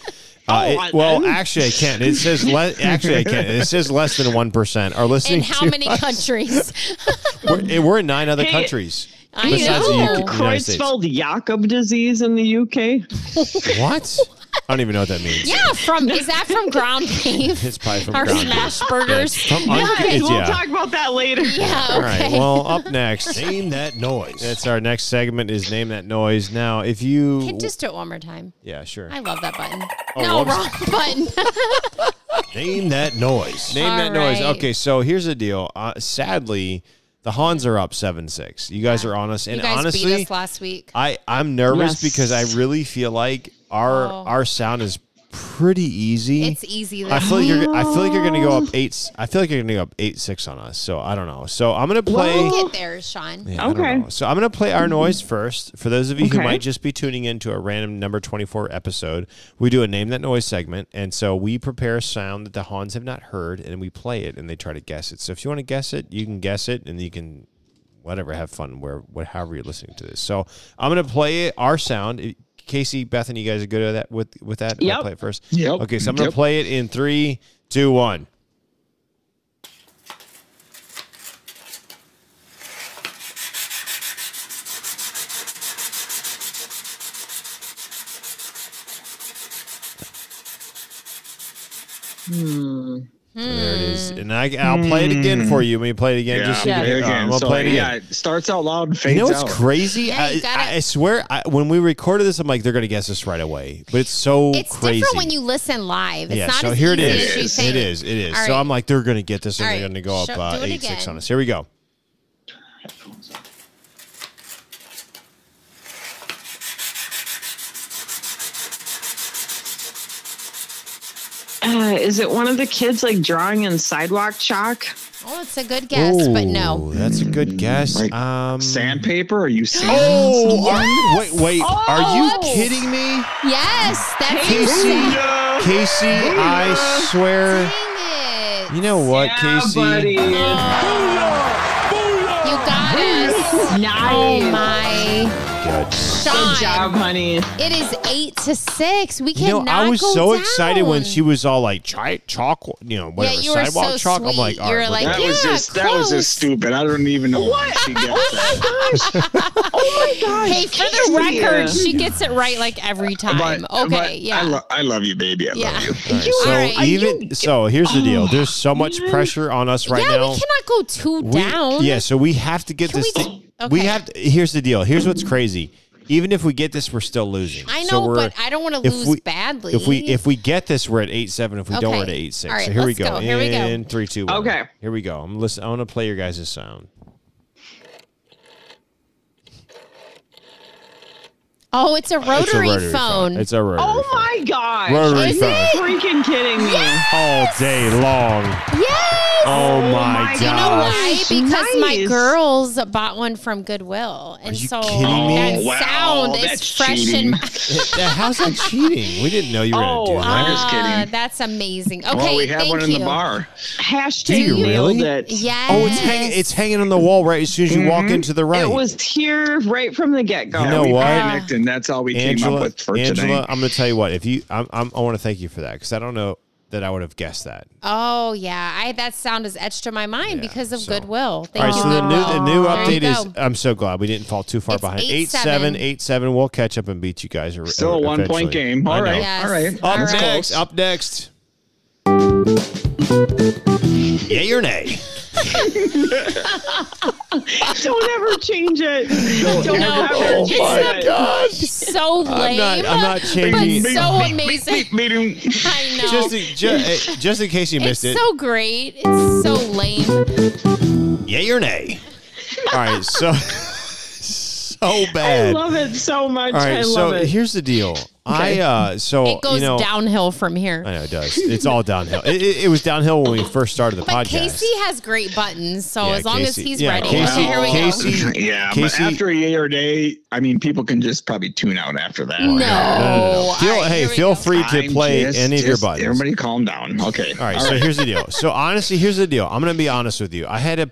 Speaker 2: Oh,
Speaker 1: Uh, it-
Speaker 5: I-
Speaker 1: well,
Speaker 5: ooh.
Speaker 1: actually, I can't. It says le- actually I can't. It says less than one percent are listening.
Speaker 2: in how
Speaker 1: to (laughs)
Speaker 2: many
Speaker 1: us.
Speaker 2: countries?
Speaker 1: (laughs) We're, we're in nine other
Speaker 5: Hey,
Speaker 1: countries.
Speaker 2: I
Speaker 1: Besides the
Speaker 2: know.
Speaker 1: UK United States.
Speaker 5: Creutzfeldt Jakob disease in the UK.
Speaker 1: What? (laughs) I don't even know what that means.
Speaker 2: Yeah, from is that from ground beef?
Speaker 1: It's probably from
Speaker 2: Our
Speaker 1: ground beef.
Speaker 2: smash burgers. (laughs)
Speaker 1: From un- it's-
Speaker 5: we'll
Speaker 1: yeah.
Speaker 5: talk about that later.
Speaker 2: Yeah.
Speaker 1: All right.
Speaker 2: okay.
Speaker 1: Well, up next,
Speaker 7: (laughs) Name that noise.
Speaker 1: that's our next segment is name that noise. Now, if you,
Speaker 2: Can just do it one more time.
Speaker 1: yeah, sure.
Speaker 2: I love that button.
Speaker 1: Oh,
Speaker 2: no,
Speaker 1: whoops.
Speaker 2: wrong button. (laughs)
Speaker 7: Name that noise.
Speaker 1: Name that
Speaker 2: All
Speaker 1: noise.
Speaker 2: right.
Speaker 1: Okay, so here's the deal. Uh, sadly, the Hans are up seven six. You guys are on us, and
Speaker 2: you guys
Speaker 1: honestly,
Speaker 2: beat us last week.
Speaker 1: I I'm nervous
Speaker 5: Yes.
Speaker 1: because I really feel like our
Speaker 2: Oh.
Speaker 1: our sound is pretty easy.
Speaker 2: It's easy though.
Speaker 1: I feel like you're. I feel like you're gonna go up eight. s- I feel like you're gonna go up eight six on us. So I don't know. So I'm gonna play.
Speaker 2: We'll get there, Sean.
Speaker 1: Yeah, I don't
Speaker 5: Okay. Mm-hmm.
Speaker 1: know. So I'm going to play our noise first. For those of you who
Speaker 5: Okay.
Speaker 1: might just be tuning in to a random number 24 episode, we do a name that noise segment. And so we prepare a sound that the Hans have not heard and we play it and they try to guess it. So if you want to guess it, you can guess it and you can whatever have fun where what however you're listening to this. So I'm going to play it, our sound. Casey, Bethany, you guys are good at that with with that? I'll
Speaker 5: Yep.
Speaker 1: play it first.
Speaker 4: Yep.
Speaker 1: Okay, so I'm going to
Speaker 4: Yep.
Speaker 1: play it in three, two, one.
Speaker 5: Hmm.
Speaker 1: There it is. And I, I'll play it again for you. Let me play it again. just so you
Speaker 5: Yeah.
Speaker 1: can-
Speaker 4: Play it
Speaker 1: all right,
Speaker 4: again.
Speaker 1: I'm gonna
Speaker 4: so,
Speaker 1: play it again.
Speaker 4: Yeah, it starts out loud and
Speaker 1: You
Speaker 4: fades
Speaker 1: know what's
Speaker 4: out.
Speaker 1: crazy?
Speaker 2: Yeah, you
Speaker 1: I,
Speaker 2: gotta-
Speaker 1: I- I swear, I, when we recorded this, I'm like, they're going to guess this right away. But it's so
Speaker 2: It's
Speaker 1: crazy.
Speaker 2: different when you listen live. It's
Speaker 1: yeah,
Speaker 2: not
Speaker 1: so
Speaker 2: as
Speaker 1: here it
Speaker 2: easy
Speaker 1: is.
Speaker 2: as you
Speaker 1: It
Speaker 2: think.
Speaker 1: is. It is.
Speaker 2: All
Speaker 1: So
Speaker 2: right.
Speaker 1: I'm like, they're going to get this and
Speaker 2: All
Speaker 1: they're
Speaker 2: right.
Speaker 1: going to go up
Speaker 2: Show-
Speaker 1: uh,
Speaker 2: do it
Speaker 1: 8 6
Speaker 2: again.
Speaker 1: on us. Here we go.
Speaker 5: Uh, is it one of the kids like drawing in sidewalk chalk?
Speaker 2: Oh, it's a good guess, but no.
Speaker 1: Ooh, That's a good guess.
Speaker 4: Like
Speaker 1: um,
Speaker 4: Sandpaper? Are you sand?
Speaker 1: Oh, are- wait, wait.
Speaker 5: Oh!
Speaker 1: Are you kidding me?
Speaker 2: Yes, that's
Speaker 5: Hey,
Speaker 2: you.
Speaker 1: Casey,
Speaker 2: Dang
Speaker 1: Casey, I swear.
Speaker 2: it.
Speaker 1: You know what, Uh, Casey? Oh
Speaker 2: You got us. Oh
Speaker 5: Nice.
Speaker 2: my.
Speaker 1: Good.
Speaker 5: Good
Speaker 2: Sean,
Speaker 5: job, honey.
Speaker 2: it is eight to six. We
Speaker 1: You know,
Speaker 2: cannot
Speaker 1: I was
Speaker 2: go
Speaker 1: so
Speaker 2: down.
Speaker 1: excited when she was all like, "Try chalk," you know, whatever
Speaker 2: you were
Speaker 1: sidewalk
Speaker 2: so
Speaker 1: chalk. I'm like,
Speaker 2: sweet.
Speaker 1: all
Speaker 2: You
Speaker 1: right,
Speaker 2: were
Speaker 1: we're good.
Speaker 2: like,
Speaker 4: That was
Speaker 2: Yeah,
Speaker 4: just that was
Speaker 2: close.
Speaker 4: just stupid. I don't even know what she gets. That.
Speaker 2: Hey, for the
Speaker 5: Casey.
Speaker 2: record, she gets it right like every time.
Speaker 4: But-
Speaker 2: okay,
Speaker 4: but
Speaker 2: yeah.
Speaker 4: I, lo- I love you, baby. I
Speaker 2: Yeah.
Speaker 4: love you.
Speaker 1: All right,
Speaker 2: (laughs) you-
Speaker 1: so
Speaker 2: all right.
Speaker 1: even so, here's the deal. There's so much
Speaker 5: man.
Speaker 1: pressure on us right
Speaker 2: yeah,
Speaker 1: now.
Speaker 2: we cannot go too
Speaker 1: We-
Speaker 2: down.
Speaker 1: Yeah, so we have to get
Speaker 2: Can
Speaker 1: this.
Speaker 2: we-
Speaker 1: thing- we
Speaker 2: okay.
Speaker 1: have. To, here's the deal. Here's what's crazy. Even if we get this, we're still losing.
Speaker 2: I know,
Speaker 1: So we're-
Speaker 2: but I don't want to
Speaker 1: if
Speaker 2: lose
Speaker 1: we-
Speaker 2: badly.
Speaker 1: If we if we get this, we're at eight seven. If we don't, we're at
Speaker 2: Okay.
Speaker 1: eight six.
Speaker 2: All right,
Speaker 1: so here we
Speaker 2: let's
Speaker 1: go.
Speaker 2: go. Here we go.
Speaker 1: In three, two, one.
Speaker 5: Okay.
Speaker 1: Here we go. I'm listen. I want to play your guys' sound.
Speaker 2: oh, it's a rotary,
Speaker 1: it's a rotary
Speaker 2: phone.
Speaker 1: It's a rotary.
Speaker 5: Oh
Speaker 1: phone.
Speaker 5: my gosh.
Speaker 1: Rotary
Speaker 5: Are you
Speaker 1: phone.
Speaker 5: freaking kidding me?
Speaker 1: all day long.
Speaker 2: yes.
Speaker 1: Oh,
Speaker 5: Oh
Speaker 1: my
Speaker 5: my
Speaker 1: god!
Speaker 5: You know
Speaker 2: You know why?
Speaker 5: Gosh,
Speaker 2: Because my
Speaker 5: nice.
Speaker 2: girls bought one from Goodwill, and
Speaker 1: you
Speaker 2: so
Speaker 1: kidding me?
Speaker 2: that
Speaker 4: Oh, wow,
Speaker 2: sound is
Speaker 4: that's
Speaker 2: fresh in
Speaker 4: cheating.
Speaker 2: my.
Speaker 1: Yeah, How's that cheating? We didn't know you were
Speaker 5: Oh,
Speaker 1: gonna do
Speaker 4: (laughs) I'm
Speaker 1: that.
Speaker 4: just kidding.
Speaker 2: Ah, that's amazing. (laughs) Okay,
Speaker 4: well, we have
Speaker 2: thank
Speaker 4: one in
Speaker 2: you.
Speaker 4: the bar.
Speaker 5: Hashtag
Speaker 1: Do you
Speaker 5: nailed
Speaker 1: really?
Speaker 5: it.
Speaker 2: Yes.
Speaker 1: Oh, it's hanging. It's hanging on the wall right as soon as you walk
Speaker 2: Mm-hmm.
Speaker 1: into the right.
Speaker 5: It was here right from the get go.
Speaker 1: You know
Speaker 4: we
Speaker 1: what?
Speaker 4: panicked, and that's all we came up
Speaker 1: Angela,
Speaker 4: with for
Speaker 1: Angela,
Speaker 4: tonight.
Speaker 1: I'm gonna tell you what. If you, I'm, I'm, I want to thank you for that because I don't know that I would have guessed that.
Speaker 2: Oh yeah, I that sound is etched in my mind
Speaker 1: Yeah,
Speaker 2: because of
Speaker 1: so-
Speaker 2: Goodwill. Thank
Speaker 1: All right,
Speaker 2: you.
Speaker 1: so the new, the new
Speaker 2: There you
Speaker 1: update is.
Speaker 2: go.
Speaker 1: I'm so glad we didn't fall too far
Speaker 2: It's
Speaker 1: behind.
Speaker 2: 8-7.
Speaker 1: Eight seven, eight seven. We'll catch up and beat you guys. or-
Speaker 4: Still a
Speaker 1: or
Speaker 4: one point
Speaker 1: eventually.
Speaker 4: game.
Speaker 1: I
Speaker 4: All
Speaker 1: know.
Speaker 4: right,
Speaker 2: Yes.
Speaker 4: all right.
Speaker 2: All
Speaker 1: Up
Speaker 2: right.
Speaker 1: next. Up next.
Speaker 2: (laughs)
Speaker 1: Yay or nay?
Speaker 5: (laughs) Don't ever change it. Don't
Speaker 2: No.
Speaker 1: Oh
Speaker 5: ever change it.
Speaker 2: so lame,
Speaker 1: I'm not. I'm not changing.
Speaker 2: but so amazing.
Speaker 4: Meeting.
Speaker 2: I know.
Speaker 1: Just, in,
Speaker 2: (laughs)
Speaker 1: just, just in case you
Speaker 2: it's
Speaker 1: missed it.
Speaker 2: so great. It's so lame.
Speaker 1: Yay or nay? All right, so so
Speaker 5: I
Speaker 1: bad. All
Speaker 5: love it so much. I
Speaker 1: right,
Speaker 5: love
Speaker 1: so
Speaker 5: it.
Speaker 1: here's the deal. I uh, so
Speaker 2: It goes
Speaker 1: you know,
Speaker 2: downhill from here.
Speaker 1: I know it does. It's all downhill. It, it, it was downhill when we first started the
Speaker 2: But
Speaker 1: podcast.
Speaker 2: Casey has great buttons, so
Speaker 1: Yeah,
Speaker 2: as long as
Speaker 1: Casey-
Speaker 2: he's
Speaker 1: yeah,
Speaker 2: ready.
Speaker 1: Casey-
Speaker 2: so here we
Speaker 1: Casey-
Speaker 2: go.
Speaker 4: yeah,
Speaker 1: Casey-
Speaker 4: but after a yay or day, I mean, people can just probably tune out after that.
Speaker 2: No.
Speaker 1: no, no, no.
Speaker 2: oh, All
Speaker 1: Feel,
Speaker 2: right,
Speaker 1: hey,
Speaker 2: here we
Speaker 1: feel
Speaker 2: go.
Speaker 1: free to
Speaker 4: I'm
Speaker 1: play
Speaker 4: just-
Speaker 1: any of your
Speaker 4: just-
Speaker 1: buttons.
Speaker 4: Everybody, calm down. Okay.
Speaker 1: All right, so here's the
Speaker 4: (laughs)
Speaker 1: deal. So honestly, here's the deal. I'm gonna be honest with you. I had to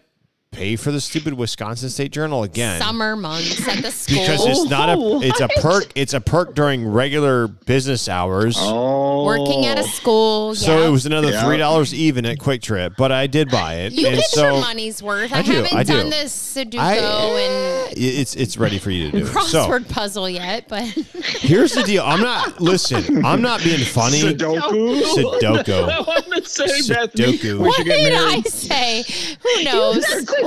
Speaker 1: pay for the stupid Wisconsin State Journal again.
Speaker 2: Summer months at the school.
Speaker 1: because it's not a
Speaker 5: Oh,
Speaker 1: it's a
Speaker 5: what?
Speaker 1: perk it's a perk during regular business hours.
Speaker 4: Oh,
Speaker 2: working at a school.
Speaker 1: So
Speaker 2: yeah.
Speaker 1: it was another
Speaker 4: Yeah.
Speaker 1: three dollars even at Quick Trip, but I did buy it,
Speaker 2: You
Speaker 1: and
Speaker 2: get
Speaker 1: so
Speaker 2: your money's worth.
Speaker 1: I
Speaker 2: I,
Speaker 1: do,
Speaker 2: haven't
Speaker 1: I do.
Speaker 2: done this Sudoku
Speaker 1: I-
Speaker 2: and
Speaker 1: it- it's it's ready for you to do. So
Speaker 2: crossword puzzle yet, but
Speaker 1: here's the deal. I'm not listen. I'm not being funny.
Speaker 4: Sudoku.
Speaker 1: Sudoku.
Speaker 4: (laughs)
Speaker 5: (laughs) I want to say
Speaker 1: Sudoku.
Speaker 4: We
Speaker 2: (laughs)
Speaker 4: should
Speaker 2: what
Speaker 4: get
Speaker 2: did
Speaker 4: married.
Speaker 2: I say? Who knows?
Speaker 5: Sudoku.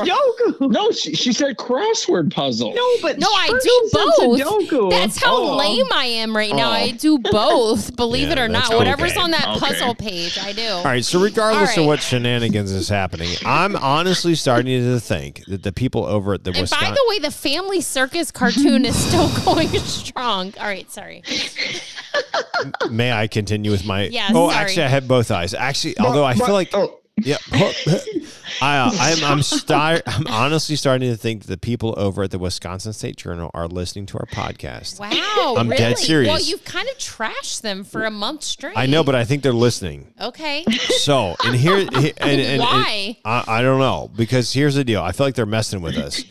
Speaker 4: No, she, she said crossword puzzle.
Speaker 5: No, but
Speaker 2: No, I
Speaker 5: first
Speaker 2: do
Speaker 5: it's
Speaker 2: both.
Speaker 5: Sudoku.
Speaker 2: That's how
Speaker 5: Oh.
Speaker 2: lame I am right now.
Speaker 4: Oh.
Speaker 2: I do both, believe
Speaker 1: Yeah,
Speaker 2: it or
Speaker 1: that's okay.
Speaker 2: not. Whatever's on that
Speaker 4: Okay.
Speaker 2: puzzle page, I do.
Speaker 1: All right. So regardless
Speaker 2: All
Speaker 1: of
Speaker 2: right.
Speaker 1: what shenanigans is happening, I'm honestly starting to think that the people over at the
Speaker 2: And by
Speaker 1: Wisconsin.
Speaker 2: (laughs) the way, the Family Circus cartoon is still going strong. All right, sorry.
Speaker 1: May I continue with my?
Speaker 2: Yeah,
Speaker 1: Oh,
Speaker 2: sorry.
Speaker 1: actually, I have both eyes. Actually, although I feel like
Speaker 4: oh,
Speaker 1: yeah, (laughs) I uh, I'm I'm, star- (laughs) I'm honestly starting to think that the people over at the Wisconsin State Journal are listening to our podcast.
Speaker 2: Wow,
Speaker 1: I'm
Speaker 2: really?
Speaker 1: dead serious.
Speaker 2: Well, you've kind of trashed them for a month straight.
Speaker 1: I know, but I think they're listening.
Speaker 2: okay.
Speaker 1: So, and here, and, and, and-
Speaker 2: Why?
Speaker 1: I, I don't know because here's the deal. I feel like they're messing with
Speaker 2: (laughs)
Speaker 1: us.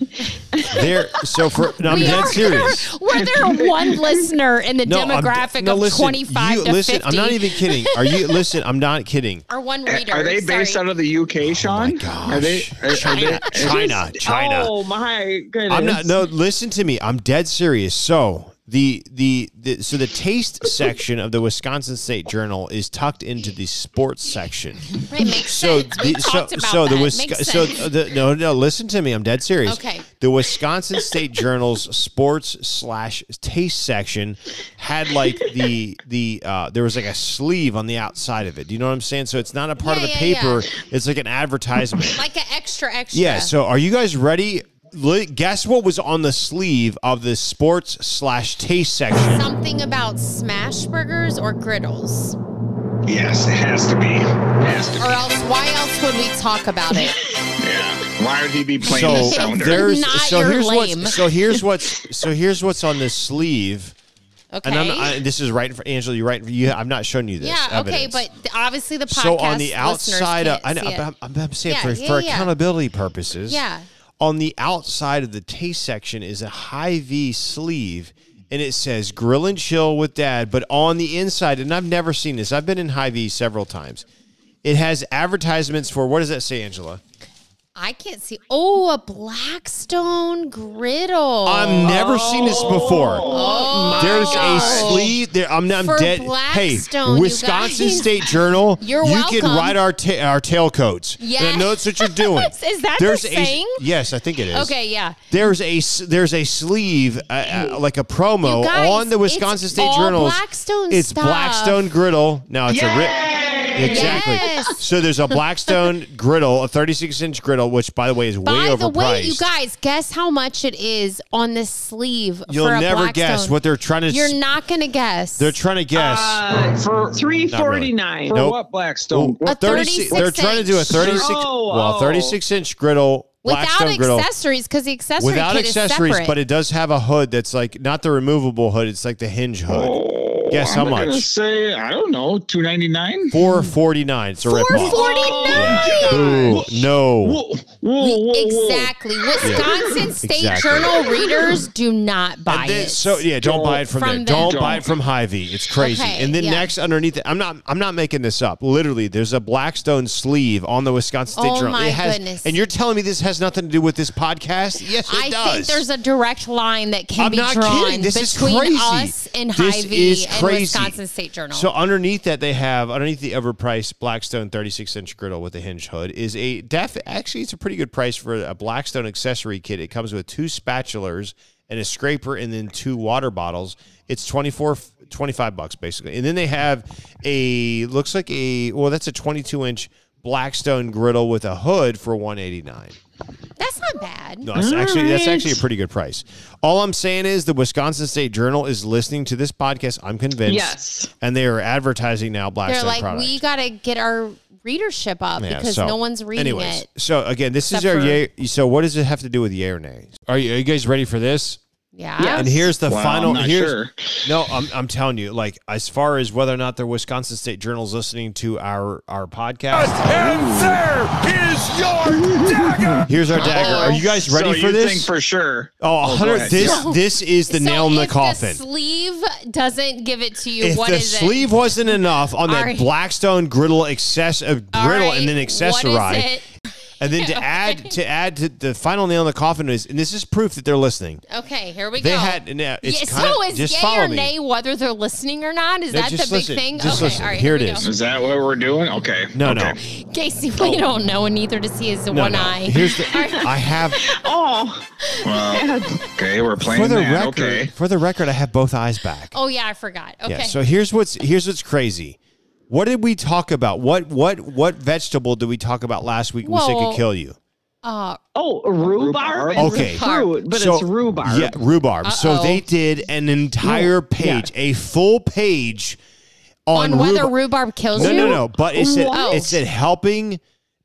Speaker 1: They're so for. No, I'm
Speaker 2: We
Speaker 1: dead
Speaker 2: are-
Speaker 1: serious.
Speaker 2: (laughs) We're there one listener in the
Speaker 1: No, I'm-
Speaker 2: demographic
Speaker 1: no,
Speaker 2: of
Speaker 1: listen,
Speaker 2: 25
Speaker 1: you-
Speaker 2: to
Speaker 1: listen,
Speaker 2: 50.
Speaker 1: I'm not even kidding. Are you? Listen, I'm not kidding.
Speaker 2: Or one reader.
Speaker 4: are they based
Speaker 2: sorry.
Speaker 4: out of the UK, Sean?
Speaker 1: Oh gosh.
Speaker 4: Are they? Are, are
Speaker 1: China,
Speaker 4: they-
Speaker 1: China, China.
Speaker 5: Oh my goodness!
Speaker 1: I'm not. No, listen to me. I'm dead serious. So the the, the so the taste section of the Wisconsin State Journal is tucked into the sports section.
Speaker 2: Right, makes
Speaker 1: So
Speaker 2: sense. We
Speaker 1: the, so
Speaker 2: talked about
Speaker 1: so the
Speaker 2: that.
Speaker 1: Wisco-
Speaker 2: Makes
Speaker 1: so
Speaker 2: sense.
Speaker 1: the, no no listen to me. I'm dead serious.
Speaker 2: Okay.
Speaker 1: The Wisconsin State Journal's sports slash taste section had like the the uh, there was like a sleeve on the outside of it. Do you know what I'm saying? So it's not a part of
Speaker 2: Yeah,
Speaker 1: the
Speaker 2: yeah, yeah.
Speaker 1: paper. It's like an advertisement.
Speaker 2: like an extra extra.
Speaker 1: Yeah. So, are you guys ready? Li- Guess what was on the sleeve of the sports slash taste section?
Speaker 2: (laughs) something about smash burgers or griddles,
Speaker 4: Yes, it has to be. It has to be.
Speaker 2: or else why else would we talk about
Speaker 1: (laughs)
Speaker 2: it?
Speaker 4: Yeah. Why would he be playing
Speaker 1: So
Speaker 4: the sounder?
Speaker 1: there's
Speaker 2: Not
Speaker 1: so
Speaker 2: your
Speaker 1: here's
Speaker 2: lame.
Speaker 1: what's so here's what's so here's what's on this sleeve.
Speaker 2: Okay.
Speaker 1: And I'm, I, this is right for Angela. You're right. You, I'm not showing you this.
Speaker 2: yeah. Okay.
Speaker 1: evidence.
Speaker 2: But th- obviously the podcast.
Speaker 1: so on the
Speaker 2: listeners
Speaker 1: outside, of,
Speaker 2: can't
Speaker 1: I know,
Speaker 2: see it.
Speaker 1: but I'm, I'm- I'm saying
Speaker 2: Yeah,
Speaker 1: for,
Speaker 2: yeah,
Speaker 1: for
Speaker 2: yeah.
Speaker 1: accountability purposes.
Speaker 2: Yeah.
Speaker 1: On the outside of the taste section is a high V sleeve, and it says "Grill and Chill with Dad." But on the inside, and I've never seen this. I've been in high V several times. It has advertisements for what does that say, Angela?
Speaker 2: I can't see. Oh, a Blackstone griddle.
Speaker 1: I've never seen this before.
Speaker 2: Oh.
Speaker 1: There's a sleeve. There, I'm, I'm
Speaker 2: For
Speaker 1: dead.
Speaker 2: Blackstone,
Speaker 1: hey,
Speaker 2: you
Speaker 1: Wisconsin
Speaker 2: guys.
Speaker 1: State Journal.
Speaker 2: (laughs) You're
Speaker 1: you can
Speaker 2: welcome.
Speaker 1: ride our ta- our tailcoats. And I know that's what you're doing.
Speaker 2: Yes. (laughs) Is that the saying?
Speaker 1: A, yes, I think it is.
Speaker 2: Okay. Yeah.
Speaker 1: There's a s- there's a sleeve uh, uh, like a promo
Speaker 2: You guys,
Speaker 1: on the
Speaker 2: it's
Speaker 1: Wisconsin State
Speaker 2: all
Speaker 1: Journal.
Speaker 2: Blackstone
Speaker 1: It's
Speaker 2: stuff.
Speaker 1: Blackstone Griddle. Now it's a rip. Exactly.
Speaker 2: Yes.
Speaker 1: So there's a
Speaker 2: (laughs)
Speaker 1: Blackstone griddle, a 36 inch griddle, which by the way is way
Speaker 2: By
Speaker 1: overpriced.
Speaker 2: the way, you guys, guess how much it is on the sleeve
Speaker 1: You'll
Speaker 2: for a
Speaker 1: never
Speaker 2: Blackstone.
Speaker 1: guess what they're trying to.
Speaker 2: You're not gonna guess.
Speaker 1: They're trying to guess.
Speaker 5: Uh,
Speaker 4: for
Speaker 5: Three forty nine.
Speaker 4: for
Speaker 1: Nope.
Speaker 4: what Blackstone?
Speaker 1: Ooh,
Speaker 4: What-
Speaker 1: 36 they're
Speaker 2: 36
Speaker 1: trying to do a 36
Speaker 5: Oh,
Speaker 1: well
Speaker 5: oh.
Speaker 1: 36 inch griddle
Speaker 2: without
Speaker 1: Blackstone griddle
Speaker 2: accessories because the accessory
Speaker 1: without
Speaker 2: kit
Speaker 1: accessories
Speaker 2: is separate.
Speaker 1: but it does have a hood that's like not the removable hood it's like the hinge hood guess how
Speaker 4: I'm gonna
Speaker 1: much
Speaker 4: say I don't know. Two ninety nine.
Speaker 1: 449 it's a rip off no
Speaker 5: Whoa, whoa, whoa, whoa.
Speaker 2: exactly. Wisconsin State
Speaker 1: Exactly.
Speaker 2: Journal readers do not buy
Speaker 1: And then-
Speaker 2: it.
Speaker 1: so yeah, don't buy it from,
Speaker 2: From
Speaker 1: there.
Speaker 2: them.
Speaker 1: Don't, buy it
Speaker 4: Don't.
Speaker 1: from Hy-Vee. It's crazy.
Speaker 2: Okay,
Speaker 1: and then
Speaker 2: yeah.
Speaker 1: next underneath it, I'm not I'm not making this up. Literally, there's a Blackstone sleeve on the Wisconsin State
Speaker 2: Oh
Speaker 1: Journal.
Speaker 2: my
Speaker 1: It has-
Speaker 2: goodness.
Speaker 1: And you're telling me this has nothing to do with this podcast? Yes, it
Speaker 2: I
Speaker 1: does.
Speaker 2: think there's a direct line that can
Speaker 1: I'm
Speaker 2: be
Speaker 1: not
Speaker 2: drawn
Speaker 1: kidding. This is
Speaker 2: between
Speaker 1: crazy.
Speaker 2: us and
Speaker 1: This
Speaker 2: Hy-Vee
Speaker 1: is
Speaker 2: and
Speaker 1: crazy.
Speaker 2: Wisconsin State Journal.
Speaker 1: So underneath that, they have underneath the overpriced Blackstone 36 inch griddle with a hinge hood is a def. Actually, it's a pretty good price for a Blackstone accessory kit. It comes with two spatulas and a scraper, and then two water bottles. It's 24, 25 bucks basically. And then they have a looks like a well, that's a 22 inch Blackstone griddle with a hood for 189.
Speaker 2: That's not bad.
Speaker 1: No, that's actually that's actually a pretty good price. All I'm saying is the Wisconsin State Journal is listening to this podcast. I'm convinced.
Speaker 5: Yes.
Speaker 1: and they are advertising now
Speaker 2: They're
Speaker 1: Blackstone
Speaker 2: like,
Speaker 1: product.
Speaker 2: we got to get our readership up
Speaker 1: Yeah,
Speaker 2: because
Speaker 1: so-
Speaker 2: no one's reading
Speaker 1: anyways,
Speaker 2: it.
Speaker 1: So again, this is
Speaker 2: Except
Speaker 1: our
Speaker 2: for-
Speaker 1: yay. So what does it have to do with yay or nay? Are you, are you guys ready for this?
Speaker 2: Yeah.
Speaker 5: Yeah.
Speaker 1: And here's the
Speaker 4: Wow,
Speaker 1: final.
Speaker 4: I'm not
Speaker 1: here's,
Speaker 4: sure.
Speaker 1: No, I'm, I'm telling you, like as far as whether or not the Wisconsin State Journal's listening to our our podcast, here's our dagger. Are you guys ready
Speaker 4: Oh, so
Speaker 1: for
Speaker 4: you
Speaker 1: this?
Speaker 4: Think for sure.
Speaker 1: oh, 100
Speaker 4: ahead.
Speaker 1: this this is the
Speaker 2: So
Speaker 1: nail in the
Speaker 2: if
Speaker 1: coffin.
Speaker 2: The sleeve doesn't give it to you.
Speaker 1: if
Speaker 2: What
Speaker 1: the
Speaker 2: is
Speaker 1: sleeve
Speaker 2: it?
Speaker 1: wasn't enough on that
Speaker 2: All right.
Speaker 1: Blackstone griddle access uh,
Speaker 2: All
Speaker 1: griddle
Speaker 2: right,
Speaker 1: and then
Speaker 2: what is
Speaker 1: accessorize,
Speaker 2: it?
Speaker 1: and
Speaker 2: (laughs)
Speaker 1: then to add to add to the final nail in the coffin is, and this is proof that they're listening.
Speaker 2: Okay, here we
Speaker 1: They
Speaker 2: go.
Speaker 1: had and, uh, it's
Speaker 2: Yeah,
Speaker 1: kinda-
Speaker 2: so is
Speaker 1: just
Speaker 2: yay
Speaker 1: follow
Speaker 2: or
Speaker 1: me.
Speaker 2: nay whether they're listening or not? Is
Speaker 1: No,
Speaker 2: that the
Speaker 1: just
Speaker 2: big
Speaker 1: listen.
Speaker 2: thing?
Speaker 1: Just
Speaker 2: okay,
Speaker 1: listen.
Speaker 2: all right,
Speaker 1: Here
Speaker 2: we
Speaker 1: it
Speaker 2: go.
Speaker 1: is.
Speaker 4: Is that what we're doing? Okay.
Speaker 1: No, no,
Speaker 4: okay.
Speaker 2: (laughs) Casey, we don't know, and neither does he is the
Speaker 1: no,
Speaker 2: one
Speaker 1: no.
Speaker 2: eye.
Speaker 1: Here's the I
Speaker 4: (laughs)
Speaker 1: have
Speaker 5: Oh,
Speaker 4: Well, okay, we're playing
Speaker 1: for the
Speaker 4: that.
Speaker 1: record.
Speaker 4: Okay.
Speaker 1: For the record, I have both eyes back.
Speaker 2: oh yeah, I forgot. Okay,
Speaker 1: Yeah. So here's what's here's what's crazy. What did we talk about? What what what vegetable did we talk about last week? we said
Speaker 2: Well,
Speaker 1: could kill you.
Speaker 2: Oh,
Speaker 5: Oh, rhubarb.
Speaker 4: Rhubarb?
Speaker 5: is
Speaker 1: Okay.
Speaker 5: a fruit, but
Speaker 1: So-
Speaker 5: it's rhubarb.
Speaker 1: Yeah, rhubarb. So
Speaker 2: Uh-oh.
Speaker 1: they did an entire page, a full page on,
Speaker 2: on whether
Speaker 1: rhubarb.
Speaker 2: rhubarb kills
Speaker 1: No,
Speaker 2: you?
Speaker 1: no, no. But it said
Speaker 2: Wow.
Speaker 1: it said helping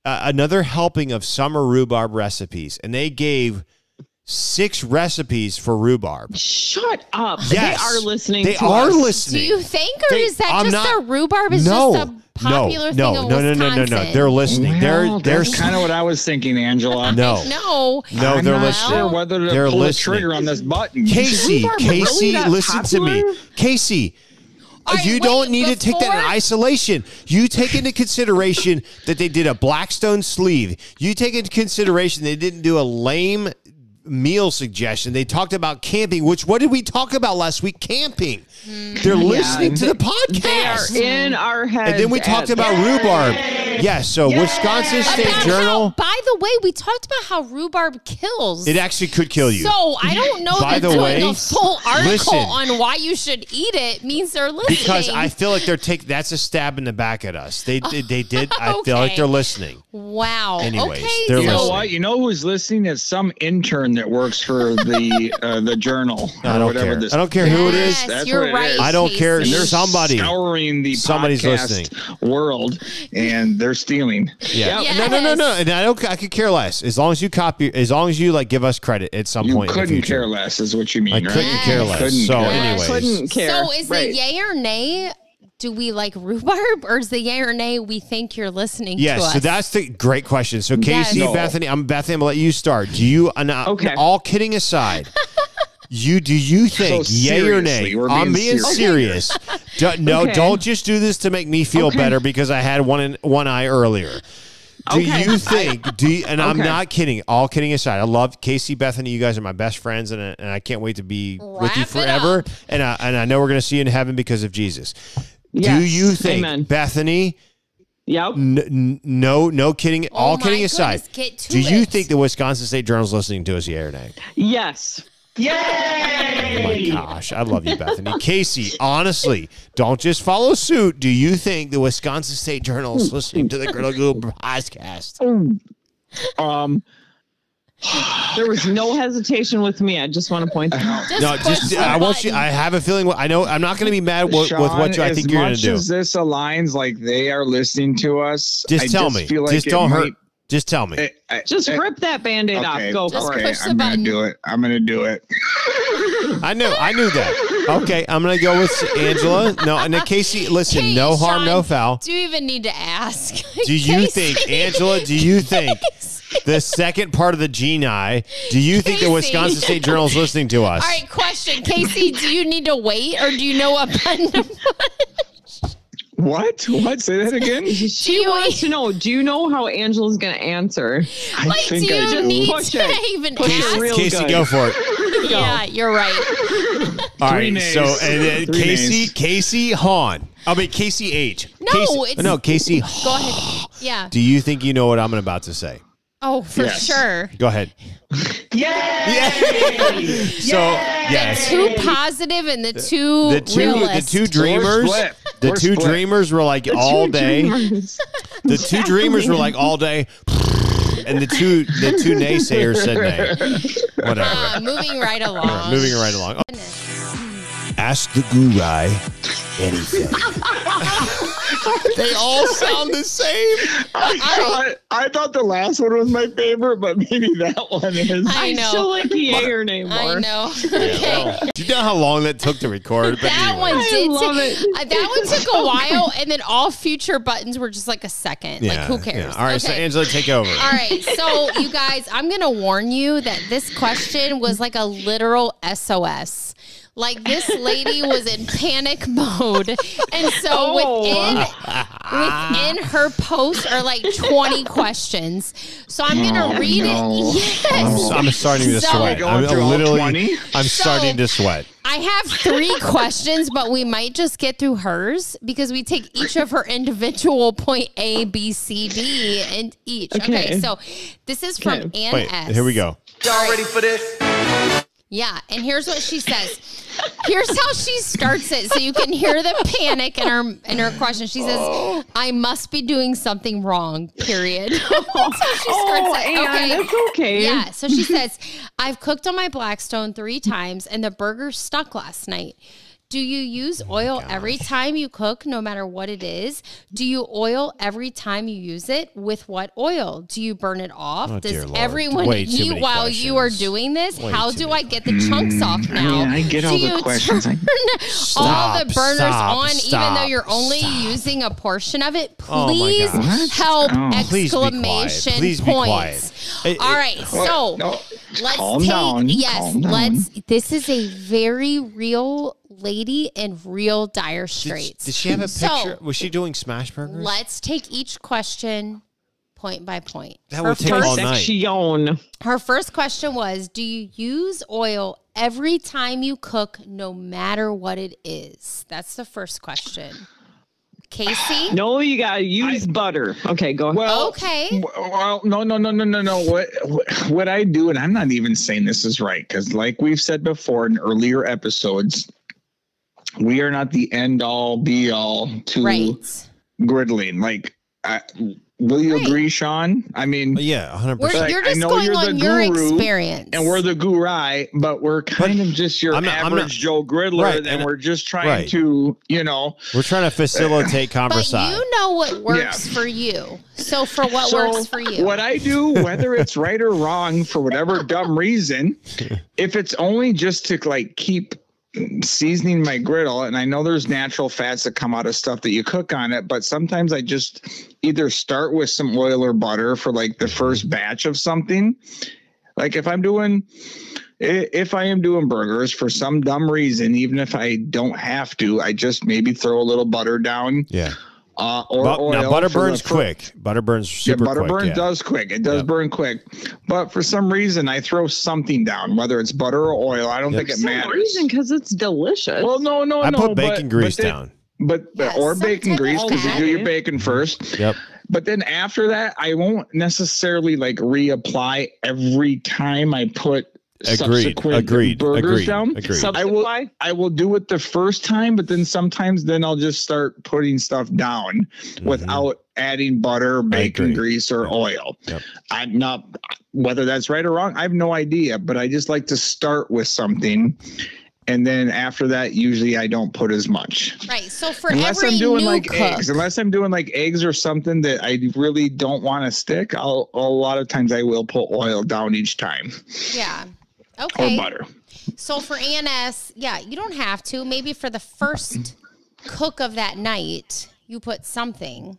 Speaker 1: uh, another helping of summer rhubarb recipes, and they gave six recipes for rhubarb.
Speaker 5: Shut up.
Speaker 1: Yes,
Speaker 5: They are listening.
Speaker 1: They
Speaker 5: to
Speaker 1: are
Speaker 5: us.
Speaker 1: listening.
Speaker 2: Do you think, or
Speaker 1: They-
Speaker 2: is that
Speaker 1: I'm
Speaker 2: just
Speaker 1: not-
Speaker 2: a rhubarb is
Speaker 1: no,
Speaker 2: just a popular
Speaker 1: no,
Speaker 2: thing
Speaker 1: no,
Speaker 2: of
Speaker 1: no,
Speaker 2: Wisconsin?
Speaker 1: no, no, no, no. They're listening.
Speaker 5: Well,
Speaker 1: they're
Speaker 5: that's
Speaker 1: they're
Speaker 4: Kind of what I was thinking, Angela.
Speaker 1: no,
Speaker 2: no.
Speaker 1: no.
Speaker 4: I'm
Speaker 1: they're
Speaker 4: not
Speaker 1: listening.
Speaker 4: sure whether to
Speaker 1: They're
Speaker 4: pull
Speaker 1: listening.
Speaker 4: the trigger on this button.
Speaker 1: Casey,
Speaker 5: rhubarb really
Speaker 1: Casey,
Speaker 5: that
Speaker 1: listen to
Speaker 5: popular?
Speaker 1: me. Casey,
Speaker 2: All right,
Speaker 1: you
Speaker 2: wait,
Speaker 1: don't need to take that in
Speaker 2: before-
Speaker 1: isolation. You take into
Speaker 2: (laughs)
Speaker 1: consideration that they did a Blackstone sleeve. You take into consideration they didn't do a lame meal suggestion. They talked about camping, which what did we talk about last week? Camping.
Speaker 2: Hmm.
Speaker 1: They're listening to the
Speaker 5: They are
Speaker 1: podcast.
Speaker 5: in our heads.
Speaker 1: and then we talked
Speaker 5: at-
Speaker 1: about rhubarb. Yes, so Wisconsin State
Speaker 2: About
Speaker 1: Journal,
Speaker 2: How, by the way, we talked about how rhubarb kills.
Speaker 1: it actually could kill you.
Speaker 2: So I don't know
Speaker 1: By
Speaker 2: that
Speaker 1: the
Speaker 2: doing
Speaker 1: way,
Speaker 2: a full article
Speaker 1: listen.
Speaker 2: on why you should eat it means they're listening.
Speaker 1: because I feel like they're taking that's a stab in the back at us. They they, they did.
Speaker 2: (laughs)
Speaker 1: I feel like
Speaker 2: Okay.
Speaker 1: they're listening.
Speaker 2: wow.
Speaker 1: Anyways,
Speaker 2: okay,
Speaker 1: they're
Speaker 4: You
Speaker 2: so
Speaker 4: know
Speaker 1: listening.
Speaker 4: what? You know who's listening? It's some intern that works for the uh, the journal. or
Speaker 1: I don't
Speaker 4: whatever
Speaker 1: care.
Speaker 4: This
Speaker 1: I don't care who it is.
Speaker 2: yes,
Speaker 4: That's what
Speaker 2: you're
Speaker 4: it
Speaker 2: right.
Speaker 4: is.
Speaker 1: I don't care.
Speaker 4: And
Speaker 2: Casey.
Speaker 4: they're
Speaker 1: Somebody.
Speaker 4: scouring the
Speaker 1: Somebody's
Speaker 4: podcast world, and they're stealing.
Speaker 1: Yeah.
Speaker 2: Yep.
Speaker 1: No, no, no, no.
Speaker 2: Yes.
Speaker 1: And I don't. I could care less. As long as you copy. As long as you like give us credit at some
Speaker 4: You
Speaker 1: point. in the
Speaker 4: couldn't
Speaker 1: future.
Speaker 4: care less, is what you mean,
Speaker 1: I
Speaker 4: right?
Speaker 1: couldn't care
Speaker 2: Yes.
Speaker 1: less.
Speaker 4: Couldn't
Speaker 1: so,
Speaker 4: care
Speaker 5: I
Speaker 1: anyways,
Speaker 5: couldn't care.
Speaker 2: So is
Speaker 5: Right.
Speaker 2: it yay or nay? Do we like rhubarb or is the yay or nay we think you're listening to
Speaker 1: Yes,
Speaker 2: us?
Speaker 1: so that's the great question. So
Speaker 2: Yes.
Speaker 1: Casey,
Speaker 2: No.
Speaker 1: Bethany, I'm Bethany. I'm gonna let you start. Do you? And uh,
Speaker 5: Okay.
Speaker 1: All kidding
Speaker 2: (laughs)
Speaker 1: aside, you do you think yay or nay?
Speaker 4: seriously, we're
Speaker 1: I'm
Speaker 4: being
Speaker 1: being serious. Do- no,
Speaker 5: Okay.
Speaker 1: don't just do this to make me feel
Speaker 5: Okay.
Speaker 1: better because I had one in, one eye earlier. Do
Speaker 5: Okay. (laughs)
Speaker 1: you think? Do you, and I'm
Speaker 5: Okay.
Speaker 1: not kidding. All kidding aside, I love Casey, Bethany. You guys are my best friends, and I, and I can't wait to be with
Speaker 2: Wrap
Speaker 1: you
Speaker 2: it
Speaker 1: forever.
Speaker 2: up.
Speaker 1: And I and I know we're gonna see you in heaven because of Jesus. Do
Speaker 5: Yes.
Speaker 1: you think, Mm.
Speaker 5: Amen.
Speaker 1: Bethany?
Speaker 5: Yep.
Speaker 1: N- n- no, no kidding.
Speaker 2: Oh
Speaker 1: all
Speaker 2: my
Speaker 1: kidding aside,
Speaker 2: goodness, get to
Speaker 1: do you
Speaker 2: it.
Speaker 1: think the Wisconsin State Journal's listening to us? Yeah or nay?
Speaker 5: Yes.
Speaker 1: Oh my gosh, I love you, Bethany. Casey, honestly, don't just follow suit. Do you think the Wisconsin State Journal
Speaker 4: Hmm.
Speaker 1: is listening to the Griddle Goo podcast?
Speaker 4: Um,
Speaker 5: There was no hesitation with me. I just want to point that out.
Speaker 2: Just
Speaker 1: No,
Speaker 2: push
Speaker 1: just
Speaker 2: the
Speaker 1: I want
Speaker 2: button.
Speaker 1: you. I have a feeling. I know I'm not going to be mad wi- with
Speaker 4: Sean,
Speaker 1: what you, I think you're going to
Speaker 4: As
Speaker 1: do.
Speaker 4: much as this aligns, like they are listening to us,
Speaker 1: just
Speaker 4: I
Speaker 1: tell
Speaker 4: just
Speaker 1: me.
Speaker 4: Feel like
Speaker 1: just
Speaker 4: it
Speaker 1: don't
Speaker 4: might-
Speaker 1: hurt. Just tell me.
Speaker 4: it- I-
Speaker 5: Just
Speaker 4: it-
Speaker 5: rip that band aid
Speaker 4: Okay,
Speaker 5: off.
Speaker 4: okay,
Speaker 5: Go for it.
Speaker 2: push the
Speaker 4: I'm
Speaker 2: button.
Speaker 4: gonna do it. I'm gonna do it.
Speaker 1: I knew. I knew that. Okay, I'm going to go with Angela. No, and then Casey. Listen,
Speaker 2: Kate,
Speaker 1: no harm, no
Speaker 2: Sean,
Speaker 1: foul.
Speaker 2: Do you even need to ask? (laughs)
Speaker 1: Do you think, Angela, do you think the second part of the gene eye, do you think the
Speaker 2: Casey.
Speaker 1: Wisconsin State Journal is listening to us?
Speaker 2: All right, question. Casey, do you need to wait or do you know what button?
Speaker 4: (laughs)
Speaker 2: to
Speaker 4: What? What? Say
Speaker 2: (laughs)
Speaker 4: that again.
Speaker 5: She
Speaker 2: Do
Speaker 5: wants to know. Do you know how Angela's going to answer?
Speaker 4: I
Speaker 2: Like, do
Speaker 4: think I
Speaker 2: you
Speaker 4: do. (laughs)
Speaker 2: need
Speaker 5: Push
Speaker 2: to
Speaker 5: it.
Speaker 2: (laughs) even
Speaker 5: Push it
Speaker 2: ask?
Speaker 5: real
Speaker 1: Casey,
Speaker 5: good.
Speaker 1: go for it.
Speaker 2: Yeah, you're right.
Speaker 1: All
Speaker 4: Three
Speaker 1: right.
Speaker 4: nays.
Speaker 1: So, and then
Speaker 4: Three
Speaker 1: Casey,
Speaker 4: nays.
Speaker 1: Casey Hahn. I mean, Casey H.
Speaker 2: No,
Speaker 1: Casey,
Speaker 2: it's-
Speaker 1: no, Casey.
Speaker 2: Go
Speaker 1: (gasps)
Speaker 2: ahead. Yeah.
Speaker 1: Do you think you know what I'm about to say?
Speaker 2: Oh, for
Speaker 4: Yes.
Speaker 2: sure.
Speaker 1: Go ahead. Yay! so, yes.
Speaker 2: Two positive and the two
Speaker 1: The two, the
Speaker 2: realist.
Speaker 1: two dreamers,
Speaker 4: split.
Speaker 1: the
Speaker 4: We're
Speaker 1: two
Speaker 4: split.
Speaker 1: dreamers were like all day. The two dreamers were like all day, (laughs) and the two the two naysayers said nay.
Speaker 2: (laughs)
Speaker 1: Whatever.
Speaker 2: Ah, moving
Speaker 1: (laughs)
Speaker 2: right along.
Speaker 1: All right, moving right along. Oh. Ask the gurai
Speaker 2: (laughs)
Speaker 1: anything. they all sound the same.
Speaker 4: I, I thought the last one was my favorite, but maybe that one is.
Speaker 2: I
Speaker 5: I still
Speaker 2: know.
Speaker 5: like the yay or nay more.
Speaker 2: I know. (laughs) Okay.
Speaker 1: Do you know how long that took to record? But
Speaker 2: That
Speaker 1: anyway.
Speaker 2: one did.
Speaker 5: love
Speaker 2: take-
Speaker 5: it.
Speaker 2: uh, that one took a while, and then all future buttons were just like a second. like who cares?
Speaker 1: All right, so Angela, take over.
Speaker 2: All right, so you guys, I'm gonna warn you that this question was like a literal SOS. Like this lady was in panic mode, and so
Speaker 5: Oh.
Speaker 2: within within her posts are like
Speaker 5: (laughs)
Speaker 2: 20 questions. So I'm gonna read
Speaker 4: no.
Speaker 2: it. Yes,
Speaker 1: So Oh, I'm starting to
Speaker 2: So-
Speaker 1: sweat.
Speaker 4: Going
Speaker 1: I'm
Speaker 4: through all
Speaker 1: literally,
Speaker 4: 20?
Speaker 1: I'm starting to sweat.
Speaker 2: I have three questions, but we might just get through hers because we take each of her individual point A, B, C, D, and each. Okay,
Speaker 5: Okay.
Speaker 2: so this is from
Speaker 5: Okay.
Speaker 2: Ann
Speaker 1: Wait,
Speaker 2: S.
Speaker 1: here we go.
Speaker 2: Yeah, and here's what she says. Here's how she starts it, so you can hear the panic in her in her question. She says, "I must be doing something wrong." Period. (laughs) That's how she starts
Speaker 5: oh,
Speaker 2: it.
Speaker 5: and it's okay.
Speaker 2: Yeah. So she says, I've cooked on my Blackstone three times and the burger stuck last night. Do you use
Speaker 1: Oh
Speaker 2: oil every time you cook, no matter what it is? Do you oil every time you use it? With what oil? Do you burn it off?
Speaker 1: Oh, dear
Speaker 2: Does
Speaker 1: Lord.
Speaker 2: everyone
Speaker 1: Way too
Speaker 2: eat
Speaker 1: many
Speaker 2: while you are
Speaker 1: questions.
Speaker 2: doing this?
Speaker 1: Way
Speaker 2: How
Speaker 1: too
Speaker 2: do
Speaker 1: many Mm.
Speaker 2: I get the chunks off now?
Speaker 4: I get all
Speaker 2: Do
Speaker 4: the
Speaker 2: you
Speaker 4: questions. I-
Speaker 2: all the
Speaker 1: Stop,
Speaker 2: burners
Speaker 1: stop,
Speaker 2: on, even though
Speaker 1: stop,
Speaker 2: you're only
Speaker 1: stop.
Speaker 2: using a portion of it.
Speaker 1: Oh my
Speaker 2: Please
Speaker 1: gosh.
Speaker 2: help!
Speaker 4: Oh.
Speaker 1: Please be quiet.
Speaker 2: exclamation
Speaker 1: Please be quiet.
Speaker 2: points.
Speaker 1: It-
Speaker 2: all
Speaker 1: it-
Speaker 2: right,
Speaker 4: What?
Speaker 2: so
Speaker 4: No.
Speaker 2: let's
Speaker 4: Calm
Speaker 2: take
Speaker 4: down,
Speaker 2: yes,
Speaker 4: calm down.
Speaker 2: let's. This is a very real lady in real dire straits.
Speaker 1: Did she have a
Speaker 2: So-
Speaker 1: picture? was she doing smash burgers?
Speaker 2: Let's take each question point by point.
Speaker 1: That would take all night.
Speaker 5: Section.
Speaker 2: Her first question was Do you use oil every time you cook, no matter what it is? That's the first question. Casey?
Speaker 5: No, you gotta use butter. Okay, go ahead.
Speaker 4: Well,
Speaker 2: Okay.
Speaker 4: w- well, no, no, no, no, no, no. What what- what I do, and I'm not even saying this is right, because like we've said before in earlier episodes, we are not the end all be all to
Speaker 2: Right.
Speaker 4: griddling. Like, I, will you
Speaker 2: Right.
Speaker 4: agree, Sean? I mean,
Speaker 1: Oh, yeah, 100%.
Speaker 2: We're,
Speaker 4: Like,
Speaker 2: you're
Speaker 4: I
Speaker 2: just
Speaker 4: know
Speaker 2: going
Speaker 4: you're the
Speaker 2: on your
Speaker 4: guru,
Speaker 2: experience.
Speaker 4: and we're the guru, but we're kind of just your
Speaker 1: I'm not- I'm
Speaker 4: average
Speaker 1: not-
Speaker 4: Joe Griddler,
Speaker 1: Right,
Speaker 4: and,
Speaker 1: and-
Speaker 4: we're just trying
Speaker 1: right.
Speaker 4: to, you know,
Speaker 1: We're trying to facilitate
Speaker 2: but
Speaker 1: conversation.
Speaker 2: you know what works for you. So for what
Speaker 4: So,
Speaker 2: works for you.
Speaker 4: What I do, whether it's right or wrong for whatever dumb reason, if it's only just to like keep seasoning my griddle, and I know there's natural fats that come out of stuff that you cook on it, but sometimes I just either start with some oil or butter for like the first batch of something. Like if I'm doing i- if I am doing burgers for some dumb reason, even if I don't have to, I just maybe throw a little butter down.
Speaker 1: yeah.
Speaker 4: Uh, or
Speaker 1: Bu-
Speaker 4: oil
Speaker 1: now, butter
Speaker 4: for the
Speaker 1: burns
Speaker 4: fir-
Speaker 1: quick. Butter burns super
Speaker 4: yeah, butter
Speaker 1: quick.
Speaker 4: burn
Speaker 1: yeah.
Speaker 4: does quick. It does
Speaker 1: Yep.
Speaker 4: burn quick, but for some reason I throw something down, whether it's butter or oil. I don't
Speaker 1: Yep.
Speaker 4: think it
Speaker 5: For some
Speaker 4: matters.
Speaker 5: reason, because it's delicious.
Speaker 4: well, no, no,
Speaker 1: I
Speaker 4: no.
Speaker 1: put bacon
Speaker 4: but-
Speaker 1: grease
Speaker 4: but then-
Speaker 1: down.
Speaker 4: but but-
Speaker 2: Yeah,
Speaker 4: or
Speaker 2: some
Speaker 4: bacon
Speaker 2: type of
Speaker 4: grease because you
Speaker 2: fat.
Speaker 4: do your bacon first.
Speaker 1: Yep.
Speaker 4: But then after that, I won't necessarily like reapply every time I put
Speaker 1: Agreed.
Speaker 4: subsequent
Speaker 1: Agreed.
Speaker 4: burgers
Speaker 1: Agreed.
Speaker 4: down.
Speaker 1: Agreed.
Speaker 5: Sub-
Speaker 4: I will
Speaker 5: Why?
Speaker 4: I will do it the first time, but then sometimes then I'll just start putting stuff down without adding butter, bacon
Speaker 1: Mm-hmm. agree.
Speaker 4: grease, or oil.
Speaker 1: Yep.
Speaker 4: I'm not whether that's right or wrong, I have no idea, but I just like to start with something. And then after that, usually I don't put as much.
Speaker 2: right. So for
Speaker 4: Unless
Speaker 2: every
Speaker 4: I'm doing
Speaker 2: new
Speaker 4: like
Speaker 2: cook,
Speaker 4: eggs, unless I'm doing like eggs or something that I really don't want to stick, I'll a lot of times I will put oil down each time
Speaker 2: yeah.
Speaker 4: or
Speaker 2: Okay.
Speaker 4: butter.
Speaker 2: So for ANS, yeah, you don't have to. Maybe for the first cook of that night, you put something.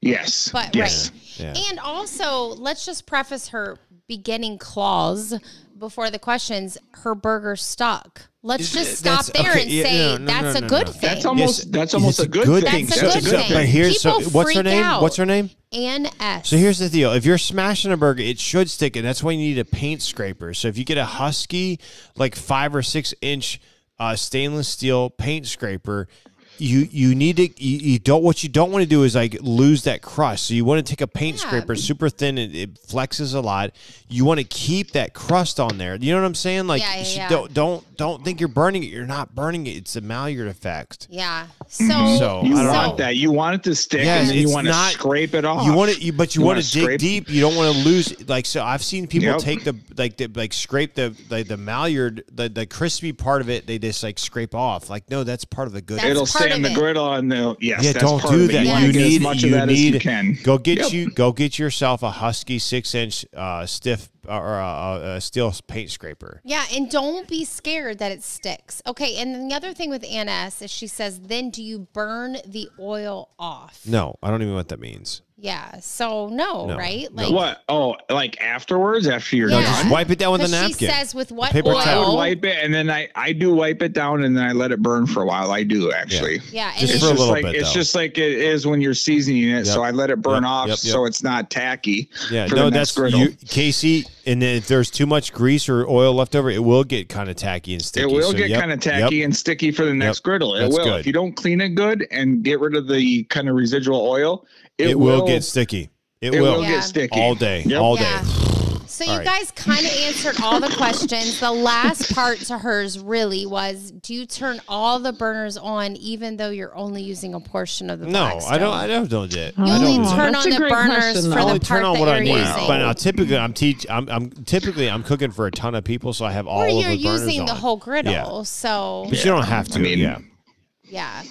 Speaker 4: Yes.
Speaker 2: But
Speaker 4: yes.
Speaker 2: right.
Speaker 1: Yeah.
Speaker 2: And also, let's just preface her beginning clause before the questions. Her burger stuck. Let's just stop
Speaker 1: that's-
Speaker 2: there
Speaker 1: okay,
Speaker 2: and
Speaker 1: yeah,
Speaker 2: say
Speaker 1: no, no,
Speaker 2: that's
Speaker 1: no,
Speaker 2: a
Speaker 1: no,
Speaker 2: good
Speaker 1: no.
Speaker 2: thing.
Speaker 4: That's almost that's almost
Speaker 1: It's
Speaker 4: a good thing.
Speaker 2: That's a good
Speaker 1: so,
Speaker 2: thing.
Speaker 1: But here's so,
Speaker 2: People
Speaker 1: what's her
Speaker 2: freak
Speaker 1: name?
Speaker 2: out.
Speaker 1: What's her name?
Speaker 2: ANS.
Speaker 1: So here's the deal: if you're smashing a burger, it should stick, and that's why you need a paint scraper. So if you get a Husky, like five or six inch uh, stainless steel paint scraper, you you need to you, you don't what you don't want to do is like lose that crust. So you want to take a paint
Speaker 2: Yeah.
Speaker 1: scraper, super thin, and it flexes a lot. You want to keep that crust on there. You know what I'm saying? Like
Speaker 2: Yeah, yeah,
Speaker 1: she-
Speaker 2: yeah.
Speaker 1: don't don't don't think you're burning it. You're not burning it. It's a Maillard effect.
Speaker 2: yeah. So,
Speaker 1: So,
Speaker 4: You
Speaker 1: I don't
Speaker 4: want
Speaker 1: know.
Speaker 4: that. You want it to stick,
Speaker 1: Yes,
Speaker 4: and then you
Speaker 1: it's
Speaker 4: want to
Speaker 1: not-
Speaker 4: scrape it off.
Speaker 1: You want to, you, but you,
Speaker 4: Oh, You
Speaker 1: want
Speaker 4: wanna
Speaker 1: to dig
Speaker 4: scrape-
Speaker 1: deep. You don't want to lose. Like so, I've seen people
Speaker 4: Yep.
Speaker 1: take the like the like scrape the the, the Maillard the the crispy part of it. They just like scrape off. Like no, that's part of the good.
Speaker 2: That's
Speaker 4: It'll
Speaker 2: part
Speaker 4: stay on
Speaker 2: of
Speaker 4: the
Speaker 2: it.
Speaker 4: griddle, and they'll yes.
Speaker 1: yeah,
Speaker 4: that's
Speaker 1: don't
Speaker 4: part
Speaker 1: do
Speaker 4: of it.
Speaker 1: that.
Speaker 4: You,
Speaker 1: You
Speaker 4: want to get
Speaker 1: need
Speaker 4: as much
Speaker 1: you
Speaker 4: of that
Speaker 1: need
Speaker 4: as you can.
Speaker 1: go get
Speaker 4: Yep.
Speaker 1: you go get yourself a Husky six inch uh, stiff or uh, a steel paint scraper.
Speaker 2: Yeah, and don't be scared that it sticks. Okay, and then the other thing with NS is she says, then do you burn the oil off?
Speaker 1: No, I don't even know what that means.
Speaker 2: Yeah, so no,
Speaker 1: No,
Speaker 2: right?
Speaker 1: no.
Speaker 2: Like,
Speaker 4: What? Oh, like afterwards, after you're
Speaker 2: No,
Speaker 4: done.
Speaker 1: Just wipe it down with a
Speaker 2: 'cause
Speaker 1: napkin.
Speaker 2: She says, with what
Speaker 1: paper
Speaker 2: oil?
Speaker 1: towel.
Speaker 4: I would wipe it, and then I I do wipe it down, and then I let it burn for a while. I do actually.
Speaker 2: Yeah, and
Speaker 1: Just
Speaker 2: then
Speaker 1: for a
Speaker 4: It's
Speaker 1: little
Speaker 4: like
Speaker 1: bit,
Speaker 4: it's
Speaker 1: though.
Speaker 4: just like it is when you're seasoning it. So I let it burn
Speaker 1: Yep,
Speaker 4: off,
Speaker 1: yep, yep.
Speaker 4: so it's not tacky.
Speaker 1: Yeah,
Speaker 4: for
Speaker 1: no,
Speaker 4: the
Speaker 1: that's
Speaker 4: next griddle.
Speaker 1: you, Casey. And then if there's too much grease or oil left over, it will get kind of tacky and sticky.
Speaker 4: It will
Speaker 1: So,
Speaker 4: get
Speaker 1: yep,
Speaker 4: kind of
Speaker 1: yep.
Speaker 4: tacky and sticky for the next griddle. It
Speaker 1: That's
Speaker 4: will.
Speaker 1: good.
Speaker 4: If you don't clean it good and get rid of the kind of residual oil,
Speaker 1: It, will, get sticky. It,
Speaker 4: it will,
Speaker 1: will,
Speaker 2: Yeah.
Speaker 4: get sticky
Speaker 1: all day,
Speaker 4: Yep.
Speaker 1: all day.
Speaker 2: Yeah. So
Speaker 1: All
Speaker 2: you
Speaker 1: right.
Speaker 2: guys kind of answered all the questions. The last part to hers really was: Do you turn all the burners on, even though you're only using a portion of the?
Speaker 1: No, I don't.
Speaker 2: Blackstone?
Speaker 1: I don't do that.
Speaker 2: You
Speaker 1: I
Speaker 2: only
Speaker 1: don't do
Speaker 5: Oh,
Speaker 1: that.
Speaker 2: turn
Speaker 5: that's
Speaker 2: on
Speaker 5: a
Speaker 2: the
Speaker 5: great
Speaker 2: burners
Speaker 5: question,
Speaker 2: for
Speaker 5: though.
Speaker 1: only
Speaker 2: the part
Speaker 1: turn on
Speaker 2: that
Speaker 1: what I
Speaker 2: you're
Speaker 1: need.
Speaker 2: using.
Speaker 1: But now, typically, I'm teach. I'm, I'm typically I'm cooking for a ton of people, so I have all
Speaker 2: or
Speaker 1: of
Speaker 2: you're
Speaker 1: the burners
Speaker 2: using the
Speaker 1: on.
Speaker 2: whole griddle. So
Speaker 1: But you don't have to.
Speaker 4: I mean-
Speaker 1: yeah.
Speaker 2: yeah,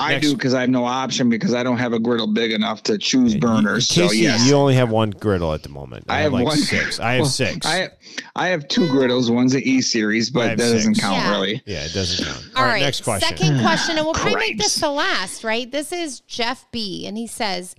Speaker 4: I
Speaker 1: Next.
Speaker 4: do because I have no option because I don't have a griddle big enough to choose burners. So
Speaker 1: Casey,
Speaker 4: yes,
Speaker 1: you only have one griddle at the moment.
Speaker 4: I have
Speaker 1: like
Speaker 4: one.
Speaker 1: six. I have
Speaker 4: (laughs) Well,
Speaker 1: six.
Speaker 4: I I have two griddles. One's an E series,
Speaker 1: I
Speaker 4: but
Speaker 1: have
Speaker 4: that doesn't
Speaker 1: six.
Speaker 4: count
Speaker 2: Yeah.
Speaker 4: really.
Speaker 1: yeah, it doesn't count.
Speaker 2: All right.
Speaker 1: next question.
Speaker 2: Second question, and we'll probably make this
Speaker 4: Cripes.
Speaker 2: the last, right? This is Jeff B, and he says,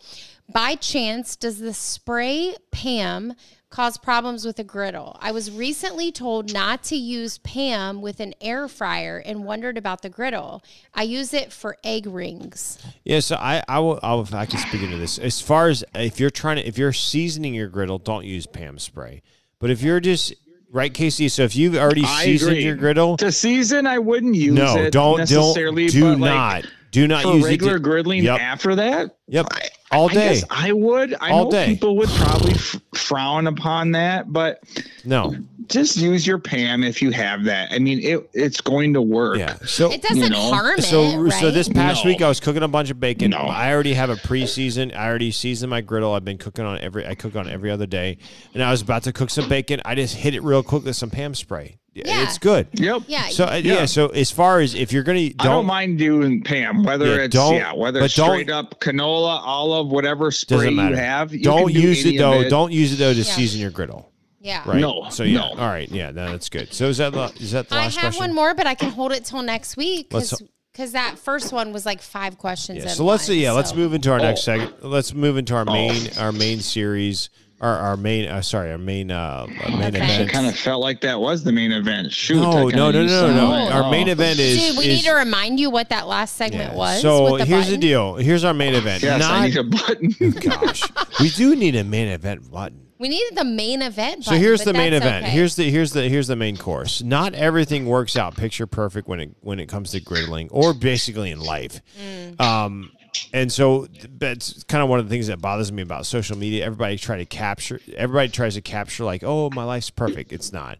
Speaker 2: By chance, does the spray PAM cause problems with a griddle? I was recently told not to use PAM with an air fryer and wondered about the griddle. I use it for egg rings.
Speaker 1: Yeah, so I I will I'll, I can speak into this as far as if you're trying to if you're seasoning your griddle, don't use Pam spray. But if you're just right, Casey. So if you've already
Speaker 4: I
Speaker 1: seasoned
Speaker 4: agree.
Speaker 1: your griddle,
Speaker 4: To season, I wouldn't use
Speaker 1: no, don't
Speaker 4: it
Speaker 1: don't
Speaker 4: necessarily.
Speaker 1: do
Speaker 4: but like,
Speaker 1: not do not
Speaker 4: for
Speaker 1: use
Speaker 4: regular
Speaker 1: it. to-
Speaker 4: griddling
Speaker 1: Yep.
Speaker 4: after that.
Speaker 1: Yep,
Speaker 4: I-
Speaker 1: all
Speaker 4: I
Speaker 1: day.
Speaker 4: guess I would. I
Speaker 1: All
Speaker 4: know
Speaker 1: day.
Speaker 4: people would probably f- frown upon that, but
Speaker 1: no,
Speaker 4: just use your pan if you have that. I mean, it it's going to work.
Speaker 1: yeah. So
Speaker 2: It doesn't
Speaker 4: know.
Speaker 2: harm it.
Speaker 1: so
Speaker 2: Right?
Speaker 1: so this past
Speaker 4: No.
Speaker 1: week I was cooking a bunch of bacon.
Speaker 4: No.
Speaker 1: I already have a pre-season. I already seasoned my griddle. I've been cooking on every I cook on every other day, and I was about to cook some bacon. I just hit it real quick with some Pam spray.
Speaker 2: Yeah.
Speaker 1: It's good.
Speaker 4: Yep.
Speaker 2: yeah.
Speaker 1: So uh, yeah.
Speaker 4: Yeah.
Speaker 1: So as far as if you're gonna, don't,
Speaker 4: I don't mind doing Pam, whether
Speaker 1: Yeah,
Speaker 4: it's
Speaker 1: don't-
Speaker 4: yeah, whether
Speaker 1: but
Speaker 4: it's
Speaker 1: don't-
Speaker 4: straight up canola, olive, whatever spray
Speaker 1: doesn't
Speaker 4: you
Speaker 1: matter.
Speaker 4: have. You
Speaker 1: don't
Speaker 4: can do
Speaker 1: use
Speaker 4: any
Speaker 1: it
Speaker 4: of
Speaker 1: though. Don't use it though to
Speaker 2: Yeah.
Speaker 1: season your griddle.
Speaker 2: yeah.
Speaker 1: Right.
Speaker 4: No,
Speaker 1: So yeah.
Speaker 4: no.
Speaker 1: All right. Yeah. No, that's good. So is that the, is that the
Speaker 2: I
Speaker 1: last
Speaker 2: have
Speaker 1: question?
Speaker 2: one more, but I can hold it till next week
Speaker 1: Let's-
Speaker 2: because that first one was like five questions.
Speaker 1: Yeah,
Speaker 2: in
Speaker 1: so let's
Speaker 2: one,
Speaker 1: yeah. Let's
Speaker 2: so-
Speaker 1: move into our next
Speaker 4: Oh.
Speaker 1: segment. Let's move into our main our main series. Our, our main uh, sorry our main uh main
Speaker 2: Okay.
Speaker 1: event.
Speaker 4: It kind of felt like that was the main event. Shoot. I
Speaker 1: no,
Speaker 4: kinda
Speaker 1: no, no, no,
Speaker 4: used
Speaker 1: no,
Speaker 4: something.
Speaker 1: Our main
Speaker 4: Oh.
Speaker 1: event is.
Speaker 2: Dude, we
Speaker 1: is-
Speaker 2: need to remind you what that last segment
Speaker 1: yeah.
Speaker 2: was.
Speaker 1: So
Speaker 2: with the
Speaker 1: here's the
Speaker 2: button.
Speaker 1: deal. Here's our main event.
Speaker 4: Yes,
Speaker 1: Not,
Speaker 4: I need a button. (laughs)
Speaker 1: (laughs) gosh, we do need a main event button.
Speaker 2: We needed the main event.
Speaker 1: So
Speaker 2: button,
Speaker 1: here's
Speaker 2: but
Speaker 1: the main
Speaker 2: that's
Speaker 1: event.
Speaker 2: okay.
Speaker 1: Here's the here's the here's the main course. Not everything works out picture perfect when it when it comes to griddling or basically in life.
Speaker 2: Mm.
Speaker 1: Um, and so th- that's kind of one of the things that bothers me about social media. Everybody try to capture. Everybody tries to capture like, oh, my life's perfect. It's not.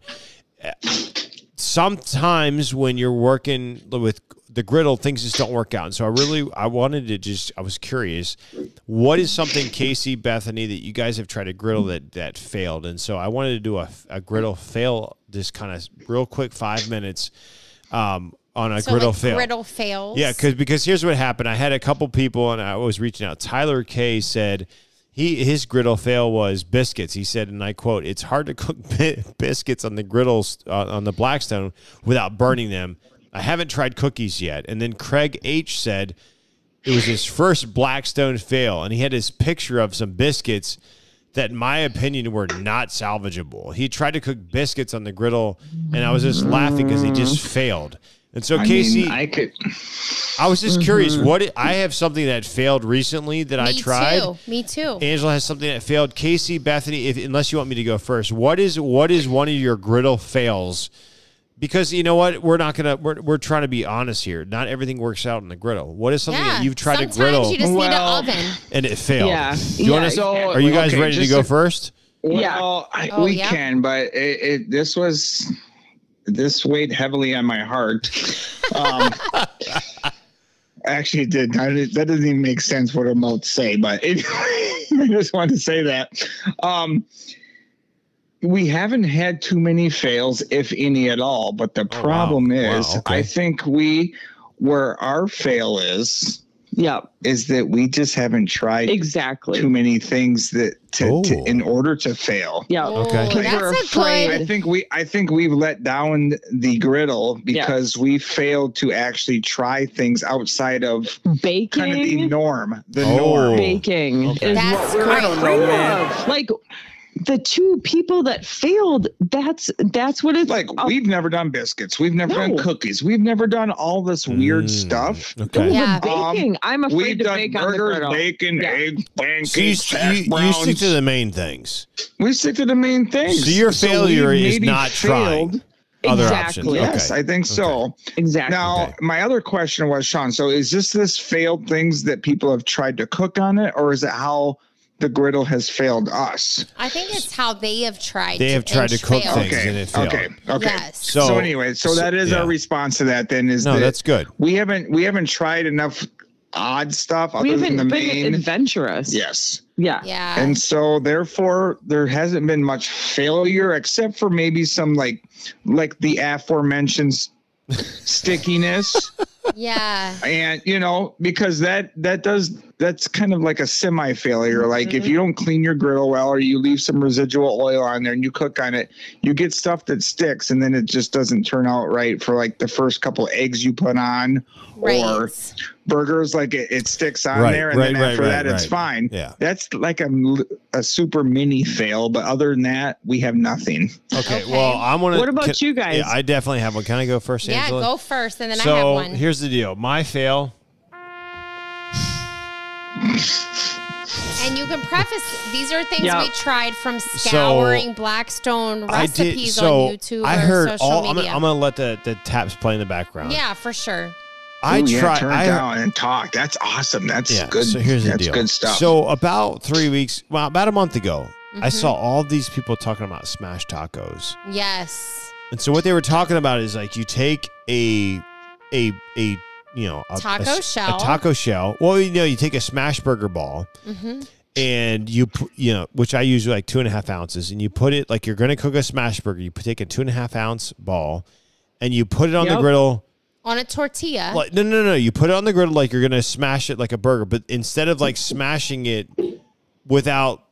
Speaker 1: Uh, Sometimes when you're working with the griddle, things just don't work out. And so I really, I wanted to just, I was curious, what is something Casey, Bethany, that you guys have tried to griddle that that failed? And so I wanted to do a, a griddle fail, just kind of real quick, five minutes um, on a
Speaker 2: so
Speaker 1: griddle
Speaker 2: like
Speaker 1: fail.
Speaker 2: Griddle fails.
Speaker 1: Yeah, because because here's what happened. I had a couple people, and I was reaching out. Tyler K said he his griddle fail was biscuits. He said, and I quote, "It's hard to cook (laughs) bi- biscuits on the griddles uh, on the Blackstone without burning them. I haven't tried cookies yet." And then Craig H said it was his first Blackstone fail, and he had his picture of some biscuits that, in my opinion, were not salvageable. He tried to cook biscuits on the griddle, and I was just laughing because he just failed. And so,
Speaker 4: I
Speaker 1: Casey,
Speaker 4: mean, I could.
Speaker 1: I was just curious. What it, I have something that failed recently that I
Speaker 2: Me
Speaker 1: tried.
Speaker 2: Too. Me too.
Speaker 1: Angela has something that failed. Casey, Bethany, if, unless you want me to go first, what is what is one of your griddle fails? Because you know what, we're not gonna we're, we're trying to be honest here. Not everything works out in the griddle. What is something
Speaker 2: yeah.
Speaker 1: that you've tried
Speaker 2: Sometimes
Speaker 1: to griddle
Speaker 2: you just
Speaker 4: Well-
Speaker 2: need an oven.
Speaker 1: and it failed?
Speaker 5: Yeah.
Speaker 1: Do you
Speaker 5: Yeah.
Speaker 1: wanna s-
Speaker 4: So,
Speaker 1: are you guys
Speaker 4: okay,
Speaker 1: ready to
Speaker 4: just
Speaker 1: go
Speaker 4: to-
Speaker 1: first?
Speaker 5: Yeah.
Speaker 4: Well, I,
Speaker 2: Oh,
Speaker 4: we
Speaker 2: yeah.
Speaker 4: can, but it, it this was this weighed heavily on my heart.
Speaker 1: (laughs)
Speaker 4: Um, actually, it did. I, didn't- that doesn't even make sense what I'm about to say, but (laughs) anyway, I just wanted to say that. Um, we haven't had too many fails, if any at all. But the
Speaker 1: Oh, wow.
Speaker 4: problem
Speaker 1: Wow,
Speaker 4: is,
Speaker 1: okay.
Speaker 4: I think we where our fail is
Speaker 5: Yep.
Speaker 4: is that we just haven't tried too
Speaker 5: Exactly.
Speaker 4: many things that to, to
Speaker 1: Oh.
Speaker 4: in order to fail.
Speaker 5: Yeah.
Speaker 2: Oh,
Speaker 1: Okay.
Speaker 5: We're
Speaker 2: that's a
Speaker 5: afraid.
Speaker 2: good.
Speaker 4: I think we I think we've let down the griddle because we failed to actually try things outside of
Speaker 5: Baking.
Speaker 4: kind of the norm. The
Speaker 1: Oh.
Speaker 4: norm.
Speaker 5: baking
Speaker 1: Okay.
Speaker 5: is
Speaker 2: That's
Speaker 5: what we're
Speaker 2: great.
Speaker 5: afraid of. (laughs) Like the two people that failed, that's that's what it's
Speaker 4: Like
Speaker 5: a-
Speaker 4: we've never done biscuits, we've never done
Speaker 5: Oh. No.
Speaker 4: cookies, we've never done all this weird
Speaker 1: Mm,
Speaker 4: stuff.
Speaker 5: no,
Speaker 1: Okay.
Speaker 2: Yeah.
Speaker 5: the baking. I'm
Speaker 4: um, We've
Speaker 5: afraid to
Speaker 4: done
Speaker 5: bake on the
Speaker 4: burgers,
Speaker 5: griddle.
Speaker 4: bacon,
Speaker 5: Yeah.
Speaker 4: eggs,
Speaker 1: So you,
Speaker 4: pancakes,
Speaker 1: st-
Speaker 4: hash
Speaker 1: you, you stick
Speaker 4: browns.
Speaker 1: to the main things.
Speaker 4: we stick to the main things.
Speaker 1: So your
Speaker 4: we've
Speaker 1: failure is
Speaker 4: maybe
Speaker 1: not trying other options.
Speaker 5: Exactly.
Speaker 1: Okay.
Speaker 4: Yes, I think so.
Speaker 5: Exactly.
Speaker 4: Now,
Speaker 1: Okay.
Speaker 4: my other question was, Sean. So, is this this failed things that people have tried to cook on it, or is it how the griddle has failed us.
Speaker 2: I think it's how they have tried.
Speaker 1: They have tried to
Speaker 2: inch
Speaker 1: cook
Speaker 2: fail.
Speaker 1: things.
Speaker 4: Okay.
Speaker 1: and it failed.
Speaker 4: okay. Okay.
Speaker 2: Yes.
Speaker 1: So,
Speaker 4: So, anyway, so, that is
Speaker 1: yeah.
Speaker 4: our response to that. Then is
Speaker 1: No,
Speaker 4: that
Speaker 1: that's good.
Speaker 4: we haven't we haven't tried enough odd stuff
Speaker 5: we
Speaker 4: other than
Speaker 5: haven't
Speaker 4: the
Speaker 5: been
Speaker 4: main.
Speaker 5: adventurous.
Speaker 4: yes.
Speaker 5: Yeah.
Speaker 2: Yeah.
Speaker 4: And so therefore there hasn't been much failure except for maybe some like like the aforementioned s- stickiness
Speaker 2: yeah.
Speaker 4: and you know because that that does that's kind of like a semi failure like
Speaker 1: Mm-hmm.
Speaker 4: if you don't clean your griddle well or you leave some residual oil on there and you cook on it you get stuff that sticks and then it just doesn't turn out right for like the first couple eggs you put on or
Speaker 2: Right.
Speaker 4: burgers like it, it sticks on
Speaker 1: Right,
Speaker 4: there and
Speaker 1: right,
Speaker 4: then
Speaker 1: right,
Speaker 4: after
Speaker 1: right,
Speaker 4: that it's
Speaker 1: right.
Speaker 4: fine
Speaker 1: Yeah.
Speaker 4: that's like a, l- a super mini fail but other than that we have nothing
Speaker 1: Okay.
Speaker 2: Okay.
Speaker 1: Well, I'm gonna.
Speaker 5: What about you guys?
Speaker 1: Yeah, I definitely have one. Can I go first,
Speaker 2: Yeah.
Speaker 1: Angela?
Speaker 2: Go first, and then
Speaker 1: so
Speaker 2: I have one.
Speaker 1: here's the deal. My fail.
Speaker 2: and you can preface these are things
Speaker 5: Yeah.
Speaker 2: we tried from scouring Blackstone recipes
Speaker 1: I did. So
Speaker 2: on YouTube.
Speaker 1: I
Speaker 2: or
Speaker 1: heard
Speaker 2: social
Speaker 1: all. I'm gonna,
Speaker 2: media.
Speaker 1: I'm gonna let the the taps play in the background.
Speaker 2: yeah, for sure.
Speaker 1: I
Speaker 4: Ooh, yeah,
Speaker 1: tried.
Speaker 4: turn
Speaker 1: I heard-
Speaker 4: down and talk that's awesome that's
Speaker 1: Yeah.
Speaker 4: good
Speaker 1: So here's the
Speaker 4: that's
Speaker 1: deal.
Speaker 4: good stuff
Speaker 1: So about three weeks, well, about a month ago, I
Speaker 2: Mm-hmm.
Speaker 1: saw all these people talking about smash tacos,
Speaker 2: Yes.
Speaker 1: and so what they were talking about is like you take a a a you know a a
Speaker 2: Taco
Speaker 1: s-
Speaker 2: shell.
Speaker 1: a taco shell. Well, you know, you take a smash burger ball.
Speaker 2: hmm
Speaker 1: and you pu- you know which i usually like two and a half ounces and you put it like you're gonna cook a smash burger you take a two and a half ounce ball and you put it on the
Speaker 5: Yep.
Speaker 1: griddle
Speaker 2: On a tortilla.
Speaker 1: like no no no you put it on the griddle like you're gonna smash it like a burger but instead of like smashing it without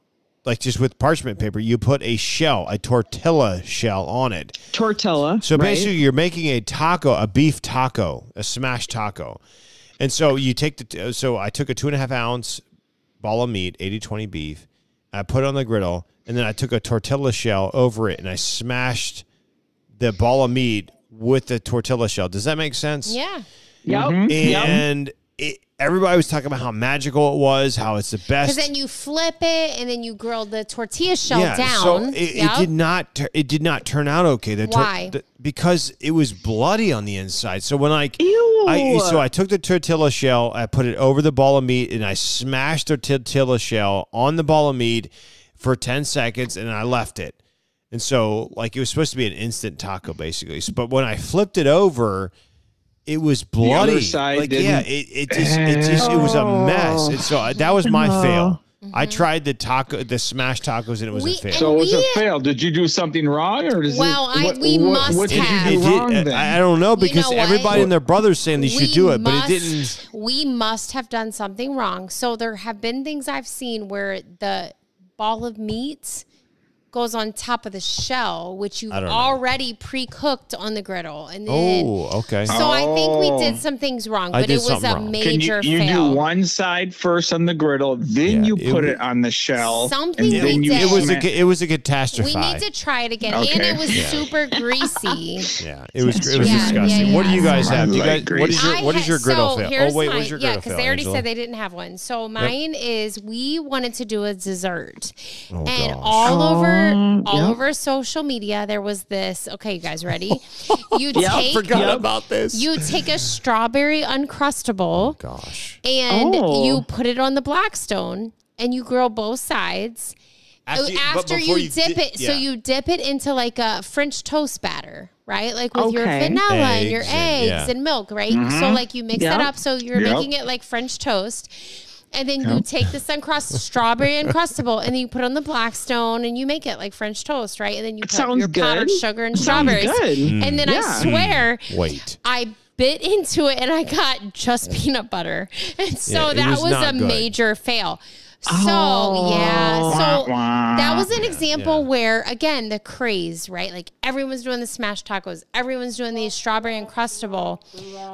Speaker 1: like just with parchment paper you put a shell a tortilla shell on it
Speaker 5: Tortilla.
Speaker 1: so
Speaker 5: right?
Speaker 1: basically, you're making a taco, a beef taco, a smash taco. And so you take the, t- uh, so I took a two and a half ounce ball of meat, 80 20 beef, I put it on the griddle, and then I took a tortilla shell over it and I smashed the ball of meat with the tortilla shell. Does that make sense?
Speaker 2: yeah.
Speaker 5: Yep.
Speaker 4: Mm-hmm.
Speaker 5: Yep.
Speaker 1: And it, everybody was talking about how magical it was, how it's the best.
Speaker 2: Because then you flip it and then you grill the tortilla shell down.
Speaker 1: So it, it
Speaker 2: Yep.
Speaker 1: did not. tur- It did not turn out okay. The tor-
Speaker 2: Why?
Speaker 1: the- because it was bloody on the inside. So when I,
Speaker 5: Ew.
Speaker 1: I so I took the tortilla shell, I put it over the ball of meat, and I smashed the tortilla shell on the ball of meat for ten seconds, and I left it. And so, like it was supposed to be an instant taco, basically. So, but when I flipped it over, it was bloody.
Speaker 4: side
Speaker 1: like, yeah,
Speaker 4: didn't-
Speaker 1: it, it just, it just, it was a
Speaker 4: Oh.
Speaker 1: mess. And so I- that was my fail.
Speaker 4: Mm-hmm.
Speaker 1: I tried the taco, the smashed tacos, and it was
Speaker 2: We-
Speaker 1: a fail.
Speaker 4: So it's a
Speaker 2: We-
Speaker 4: fail. Did you do something wrong, or is
Speaker 2: Well, I- we must
Speaker 4: did
Speaker 2: have.
Speaker 4: you
Speaker 1: It
Speaker 4: do
Speaker 1: did- uh,
Speaker 4: wrong then?
Speaker 1: I, I don't know because
Speaker 2: know what?
Speaker 1: everybody and their brother's saying they should do it, but it
Speaker 2: must-
Speaker 1: didn't.
Speaker 2: We must have done something wrong. So there have been things I've seen where the ball of meat goes on top of the shell, which you've
Speaker 1: I don't know.
Speaker 2: already pre-cooked on the griddle, and then.
Speaker 1: Oh, okay.
Speaker 2: So I think we did
Speaker 4: Oh.
Speaker 2: some things wrong,
Speaker 1: I
Speaker 2: but
Speaker 1: did
Speaker 2: it was
Speaker 1: something
Speaker 2: a
Speaker 1: wrong.
Speaker 4: Can you,
Speaker 2: major
Speaker 4: you
Speaker 2: fail.
Speaker 4: do one side first on the griddle, then
Speaker 1: Yeah,
Speaker 4: you
Speaker 1: it
Speaker 4: put
Speaker 1: wa-
Speaker 4: it on the shell,
Speaker 2: Something
Speaker 4: and then
Speaker 2: we
Speaker 4: you
Speaker 2: did.
Speaker 1: it was
Speaker 4: smash-
Speaker 1: a it was a catastrophe.
Speaker 2: we need to try it again, and
Speaker 4: Okay.
Speaker 2: it was
Speaker 1: (laughs)
Speaker 2: super greasy.
Speaker 1: yeah, it was it was
Speaker 2: Yeah, yeah,
Speaker 1: disgusting.
Speaker 2: yeah.
Speaker 1: What do you guys
Speaker 4: I
Speaker 1: have? Do you guys
Speaker 4: like
Speaker 1: what is your
Speaker 2: I
Speaker 1: what is
Speaker 2: had-
Speaker 1: your griddle
Speaker 2: so
Speaker 1: fail?
Speaker 2: here's
Speaker 1: Oh wait,
Speaker 2: my-
Speaker 1: what's your
Speaker 2: yeah?
Speaker 1: griddle
Speaker 2: Because
Speaker 1: fail?
Speaker 2: they already
Speaker 1: Angela?
Speaker 2: said they didn't have one. So mine is we wanted to do a dessert,
Speaker 1: Oh,
Speaker 2: and
Speaker 1: gosh.
Speaker 2: all
Speaker 5: Um,
Speaker 2: over all
Speaker 5: yep.
Speaker 2: over social media there was this. Okay, you guys ready?
Speaker 1: (laughs)
Speaker 2: You
Speaker 1: I
Speaker 2: take
Speaker 1: forgot about this.
Speaker 2: you take a strawberry
Speaker 1: Oh,
Speaker 2: uncrustable
Speaker 1: gosh.
Speaker 2: and
Speaker 5: Oh.
Speaker 2: you put it on the blackstone and you grill both sides. Oh, After, you, dip it, so you dip it into like a French toast batter, right? Like with your
Speaker 5: Okay. Mm-hmm.
Speaker 2: vanilla and your
Speaker 1: Eggs
Speaker 2: eggs
Speaker 1: and-
Speaker 2: and,
Speaker 1: yeah.
Speaker 2: milk, right? So like you mix
Speaker 5: Yep.
Speaker 2: it up, so you're
Speaker 4: Yep.
Speaker 2: making it like French toast. And then you take this
Speaker 5: (laughs)
Speaker 2: uncrust strawberry uncrustable, and then you put on the blackstone, and you make it like French toast, right? And then you put
Speaker 5: Sounds
Speaker 2: your powdered
Speaker 5: good.
Speaker 2: sugar and
Speaker 5: Sounds
Speaker 2: strawberries.
Speaker 5: good.
Speaker 2: And then I
Speaker 5: Yeah.
Speaker 2: swear,
Speaker 1: Wait.
Speaker 2: I bit into it and I got just peanut butter. And so
Speaker 1: Yeah, it
Speaker 2: that
Speaker 1: was
Speaker 2: was,
Speaker 1: not
Speaker 2: a
Speaker 1: good.
Speaker 2: major fail. So
Speaker 5: Oh.
Speaker 2: yeah. So
Speaker 4: Wah, wah.
Speaker 2: that was an example where again the craze, right? Like everyone's doing the smash tacos, everyone's doing the strawberry encrustable,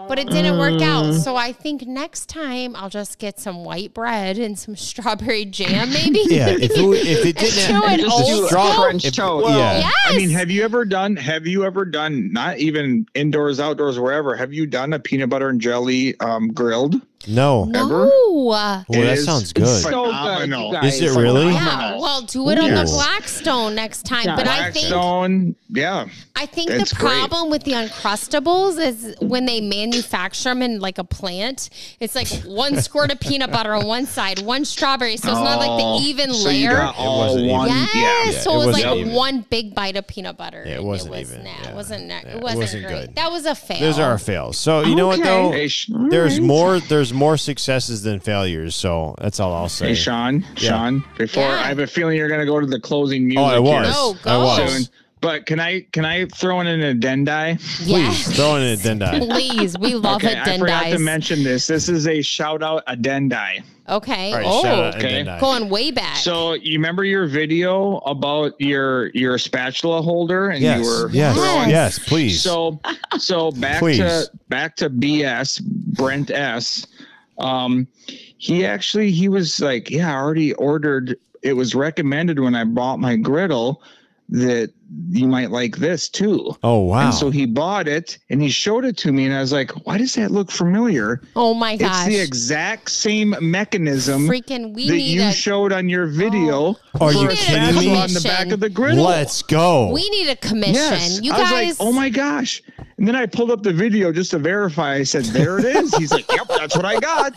Speaker 2: but it didn't work out.
Speaker 1: Mm.
Speaker 2: So I think next time I'll just get some white bread and some (laughs) strawberry jam, maybe.
Speaker 1: (laughs) Yeah, if it, if it didn't
Speaker 2: (laughs) Chew it
Speaker 5: Just do
Speaker 2: old
Speaker 5: a
Speaker 2: school.
Speaker 5: French
Speaker 1: if-
Speaker 5: toast.
Speaker 1: yeah.
Speaker 2: Yes.
Speaker 4: I mean, have you ever done? Have you ever done? Not even indoors, outdoors, wherever. Have you done a peanut butter and jelly um, grilled?
Speaker 1: No.
Speaker 4: ever?
Speaker 2: no.
Speaker 1: Well,
Speaker 4: It
Speaker 1: that
Speaker 4: is-
Speaker 1: sounds
Speaker 4: it's
Speaker 1: good.
Speaker 5: So good, you
Speaker 4: Phenomenal.
Speaker 5: guys.
Speaker 1: Is it really?
Speaker 2: Yeah, well, do it on the
Speaker 1: Ooh.
Speaker 2: Blackstone next time.
Speaker 5: Yeah.
Speaker 2: But I think
Speaker 4: Blackstone, yeah.
Speaker 2: I think
Speaker 4: It's
Speaker 2: the
Speaker 4: great.
Speaker 2: problem with the uncrustables is when they manufacture them in like a plant. It's like one squirt of peanut butter on one side, one strawberry, so it's not like the even
Speaker 4: Oh, so you
Speaker 2: layer.
Speaker 4: got all
Speaker 1: wasn't even.
Speaker 4: one.
Speaker 2: yes,
Speaker 4: Yeah.
Speaker 1: Yeah,
Speaker 2: so
Speaker 1: it
Speaker 2: it was
Speaker 1: wasn't
Speaker 2: like
Speaker 1: even.
Speaker 2: one big bite of peanut butter.
Speaker 1: Yeah, it
Speaker 2: and
Speaker 1: wasn't
Speaker 2: was
Speaker 1: even,
Speaker 2: Nah,
Speaker 1: yeah.
Speaker 2: it wasn't. nah,
Speaker 1: Yeah,
Speaker 2: it wasn't,
Speaker 1: wasn't
Speaker 2: great.
Speaker 1: good.
Speaker 2: That was a fail.
Speaker 1: Those are our fails. So you know what
Speaker 5: Okay.
Speaker 1: though?
Speaker 4: Hey, Sh-
Speaker 1: There's
Speaker 5: right.
Speaker 1: more. There's more successes than failures. So that's all I'll say.
Speaker 4: hey, Sean. Sean, before
Speaker 2: Yeah.
Speaker 4: I have a feeling you're gonna go to the closing music.
Speaker 1: oh, I
Speaker 4: here
Speaker 1: was.
Speaker 2: No,
Speaker 1: I
Speaker 2: go.
Speaker 1: was.
Speaker 4: soon. But can I can I throw in an addendi?
Speaker 1: Please
Speaker 2: Yes.
Speaker 1: throw in
Speaker 2: (laughs)
Speaker 1: an
Speaker 2: Oh.
Speaker 1: addenda.
Speaker 2: Please, we love
Speaker 4: okay, I forgot to
Speaker 2: addendized.
Speaker 4: mention this. This is a shout out addendi.
Speaker 2: okay.
Speaker 1: All right, shout
Speaker 2: oh,
Speaker 1: out
Speaker 4: okay.
Speaker 1: addenda.
Speaker 2: going way back.
Speaker 4: So you remember your video about your your spatula holder and
Speaker 1: Yes.
Speaker 4: you were
Speaker 1: yes.
Speaker 2: throwing-
Speaker 1: Yes. Please.
Speaker 4: So so back
Speaker 1: Please.
Speaker 4: to back to BS Brent S. Um, he actually he was like, yeah, I already ordered. It was recommended when I bought my griddle that you might like this too.
Speaker 1: oh wow.
Speaker 4: And so he bought it and he showed it to me, and I was like, why does that look familiar?
Speaker 2: oh my
Speaker 4: It's
Speaker 2: gosh.
Speaker 4: the exact same mechanism.
Speaker 2: Freaking, we
Speaker 4: that
Speaker 2: need
Speaker 4: you
Speaker 2: a
Speaker 4: showed on your video
Speaker 2: Oh.
Speaker 1: Are
Speaker 4: for
Speaker 1: you
Speaker 4: a
Speaker 1: kidding
Speaker 4: spatula
Speaker 1: me?
Speaker 4: on the back of the griddle.
Speaker 1: Let's go.
Speaker 2: we need a commission.
Speaker 4: Yes.
Speaker 2: You
Speaker 4: I
Speaker 2: guys
Speaker 4: was like, oh my gosh. And then I pulled up the video just to verify. I said, there it is. He's like, yep, that's what I got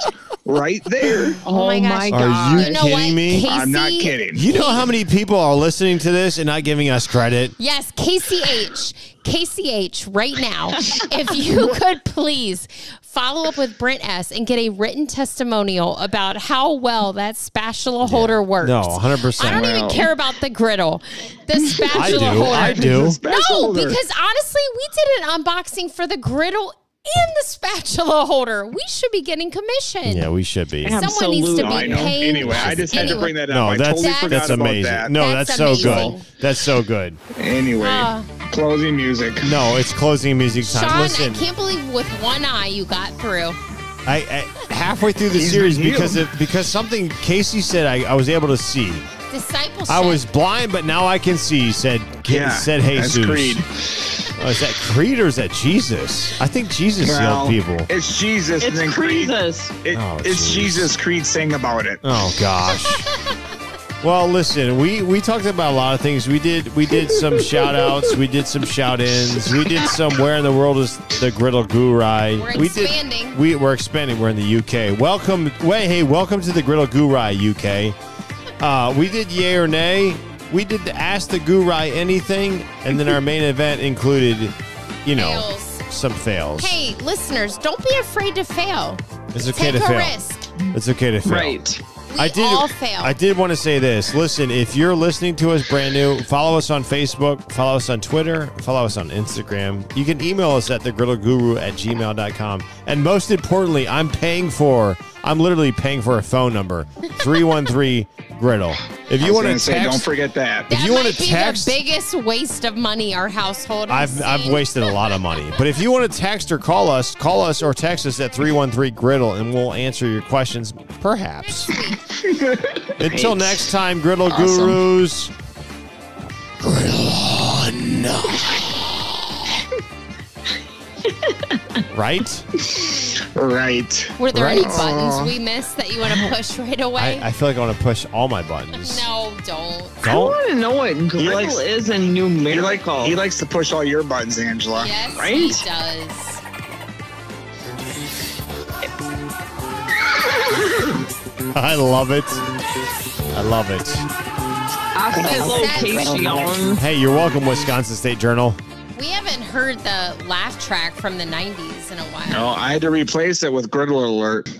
Speaker 4: right there.
Speaker 2: Oh my gosh.
Speaker 1: Are you
Speaker 2: You know
Speaker 1: kidding
Speaker 2: what?
Speaker 1: me?
Speaker 2: Casey,
Speaker 4: I'm not kidding.
Speaker 1: you know how many people are listening to this and not giving us credit?
Speaker 2: Yes, KCH, KCH, right now.
Speaker 1: (laughs)
Speaker 2: if you could please follow up with Brent S and get a written testimonial about how well that spatula holder works.
Speaker 1: No, 100.
Speaker 2: I don't
Speaker 1: percent
Speaker 2: even care about the griddle. The spatula
Speaker 1: I do.
Speaker 2: holder.
Speaker 1: I do.
Speaker 4: It's a
Speaker 2: No,
Speaker 4: special there.
Speaker 2: because honestly, we did an unboxing for the griddle and the spatula holder. We should be getting commission.
Speaker 1: Yeah, we should be.
Speaker 5: Yeah.
Speaker 2: Someone needs to
Speaker 5: Absolutely.
Speaker 2: be
Speaker 4: No, I know.
Speaker 2: paid.
Speaker 4: Anyway, I just had to
Speaker 2: Anyway.
Speaker 4: bring that up.
Speaker 1: No,
Speaker 4: I
Speaker 1: that's
Speaker 4: totally forgot
Speaker 1: that's
Speaker 4: about
Speaker 1: amazing.
Speaker 4: that.
Speaker 1: No,
Speaker 2: That's
Speaker 1: that's, so
Speaker 2: amazing.
Speaker 1: good. That's so good.
Speaker 4: Anyway,
Speaker 2: Ah.
Speaker 4: closing music.
Speaker 1: No, it's closing music time.
Speaker 2: Sean,
Speaker 1: Listen,
Speaker 2: I can't believe with one eye you got through.
Speaker 1: I, I halfway through the
Speaker 4: He's
Speaker 1: series
Speaker 4: been healed.
Speaker 1: because of because something Casey said I, I was able to see.
Speaker 2: Discipleship.
Speaker 1: I was blind, but now I can see. Said
Speaker 4: Yeah,
Speaker 1: said
Speaker 4: that's
Speaker 1: Jesus.
Speaker 4: Creed.
Speaker 1: Oh, is that Creed or is that Jesus? I think Jesus
Speaker 4: Well,
Speaker 1: healed people.
Speaker 4: It's Jesus. and
Speaker 5: It's
Speaker 4: then Creed.
Speaker 5: Jesus.
Speaker 4: It-
Speaker 1: Oh,
Speaker 4: it's
Speaker 1: jeez.
Speaker 4: Jesus. Creed sang about it.
Speaker 1: Oh gosh. well, listen, we we talked about a lot of things. We did we did some shout outs, we did some shout ins, we did some where in the world is the griddle goo ride.
Speaker 2: We're
Speaker 1: we did-
Speaker 2: expanding.
Speaker 1: we we're expanding. We're in the UK. Welcome wait, hey, welcome to the griddle goo ride UK. Uh, we did yay or nay. We did the ask the goo ride anything, and then our main event included, you know,
Speaker 2: Fails.
Speaker 1: some fails.
Speaker 2: Hey, listeners, don't be afraid to fail.
Speaker 1: it's okay
Speaker 2: Take
Speaker 1: to
Speaker 2: a
Speaker 1: fail.
Speaker 2: risk.
Speaker 1: It's okay to fail.
Speaker 5: Right.
Speaker 2: We all fail.
Speaker 1: I did want to say this. Listen, if you're listening to us brand new, follow us on Facebook, follow us on Twitter, follow us on Instagram. You can email us at thegriddleguru at gmail.com. And most importantly, I'm paying for, I'm literally paying for a phone
Speaker 2: (laughs)
Speaker 1: number 313 Griddle. If
Speaker 4: I
Speaker 1: you want
Speaker 4: was
Speaker 1: to
Speaker 4: gonna say, don't
Speaker 1: text,
Speaker 4: forget that.
Speaker 1: if
Speaker 2: that
Speaker 1: you
Speaker 2: might
Speaker 1: want
Speaker 2: be
Speaker 1: to text,
Speaker 2: the biggest waste of money our household. has
Speaker 1: I've, I've
Speaker 2: seen.
Speaker 1: wasted a lot of money. But if you want to text or call us, call us or text us at 313 Griddle E, and we'll answer your questions, perhaps. Until next time, Griddle
Speaker 4: Awesome.
Speaker 1: E Gurus. Griddle on. right?
Speaker 4: Right.
Speaker 2: Were there any
Speaker 1: Right.
Speaker 2: buttons we missed that you want
Speaker 1: (laughs)
Speaker 2: to push right away?
Speaker 1: I, I feel like I want to push all my buttons.
Speaker 2: no, don't.
Speaker 5: I
Speaker 1: Don't. (laughs)
Speaker 5: want to know what griddle
Speaker 4: likes-
Speaker 5: is in
Speaker 4: He, like,
Speaker 5: numerical.
Speaker 4: he likes to push all your buttons, Angela.
Speaker 2: Yes,
Speaker 5: Right?
Speaker 2: he does.
Speaker 1: I love it. I love it.
Speaker 5: Hasta location.
Speaker 1: Hey, you're welcome, Wisconsin State Journal.
Speaker 2: We haven't heard the laugh track from the 90s in a while.
Speaker 4: No, I had to replace it with Griddle Alert.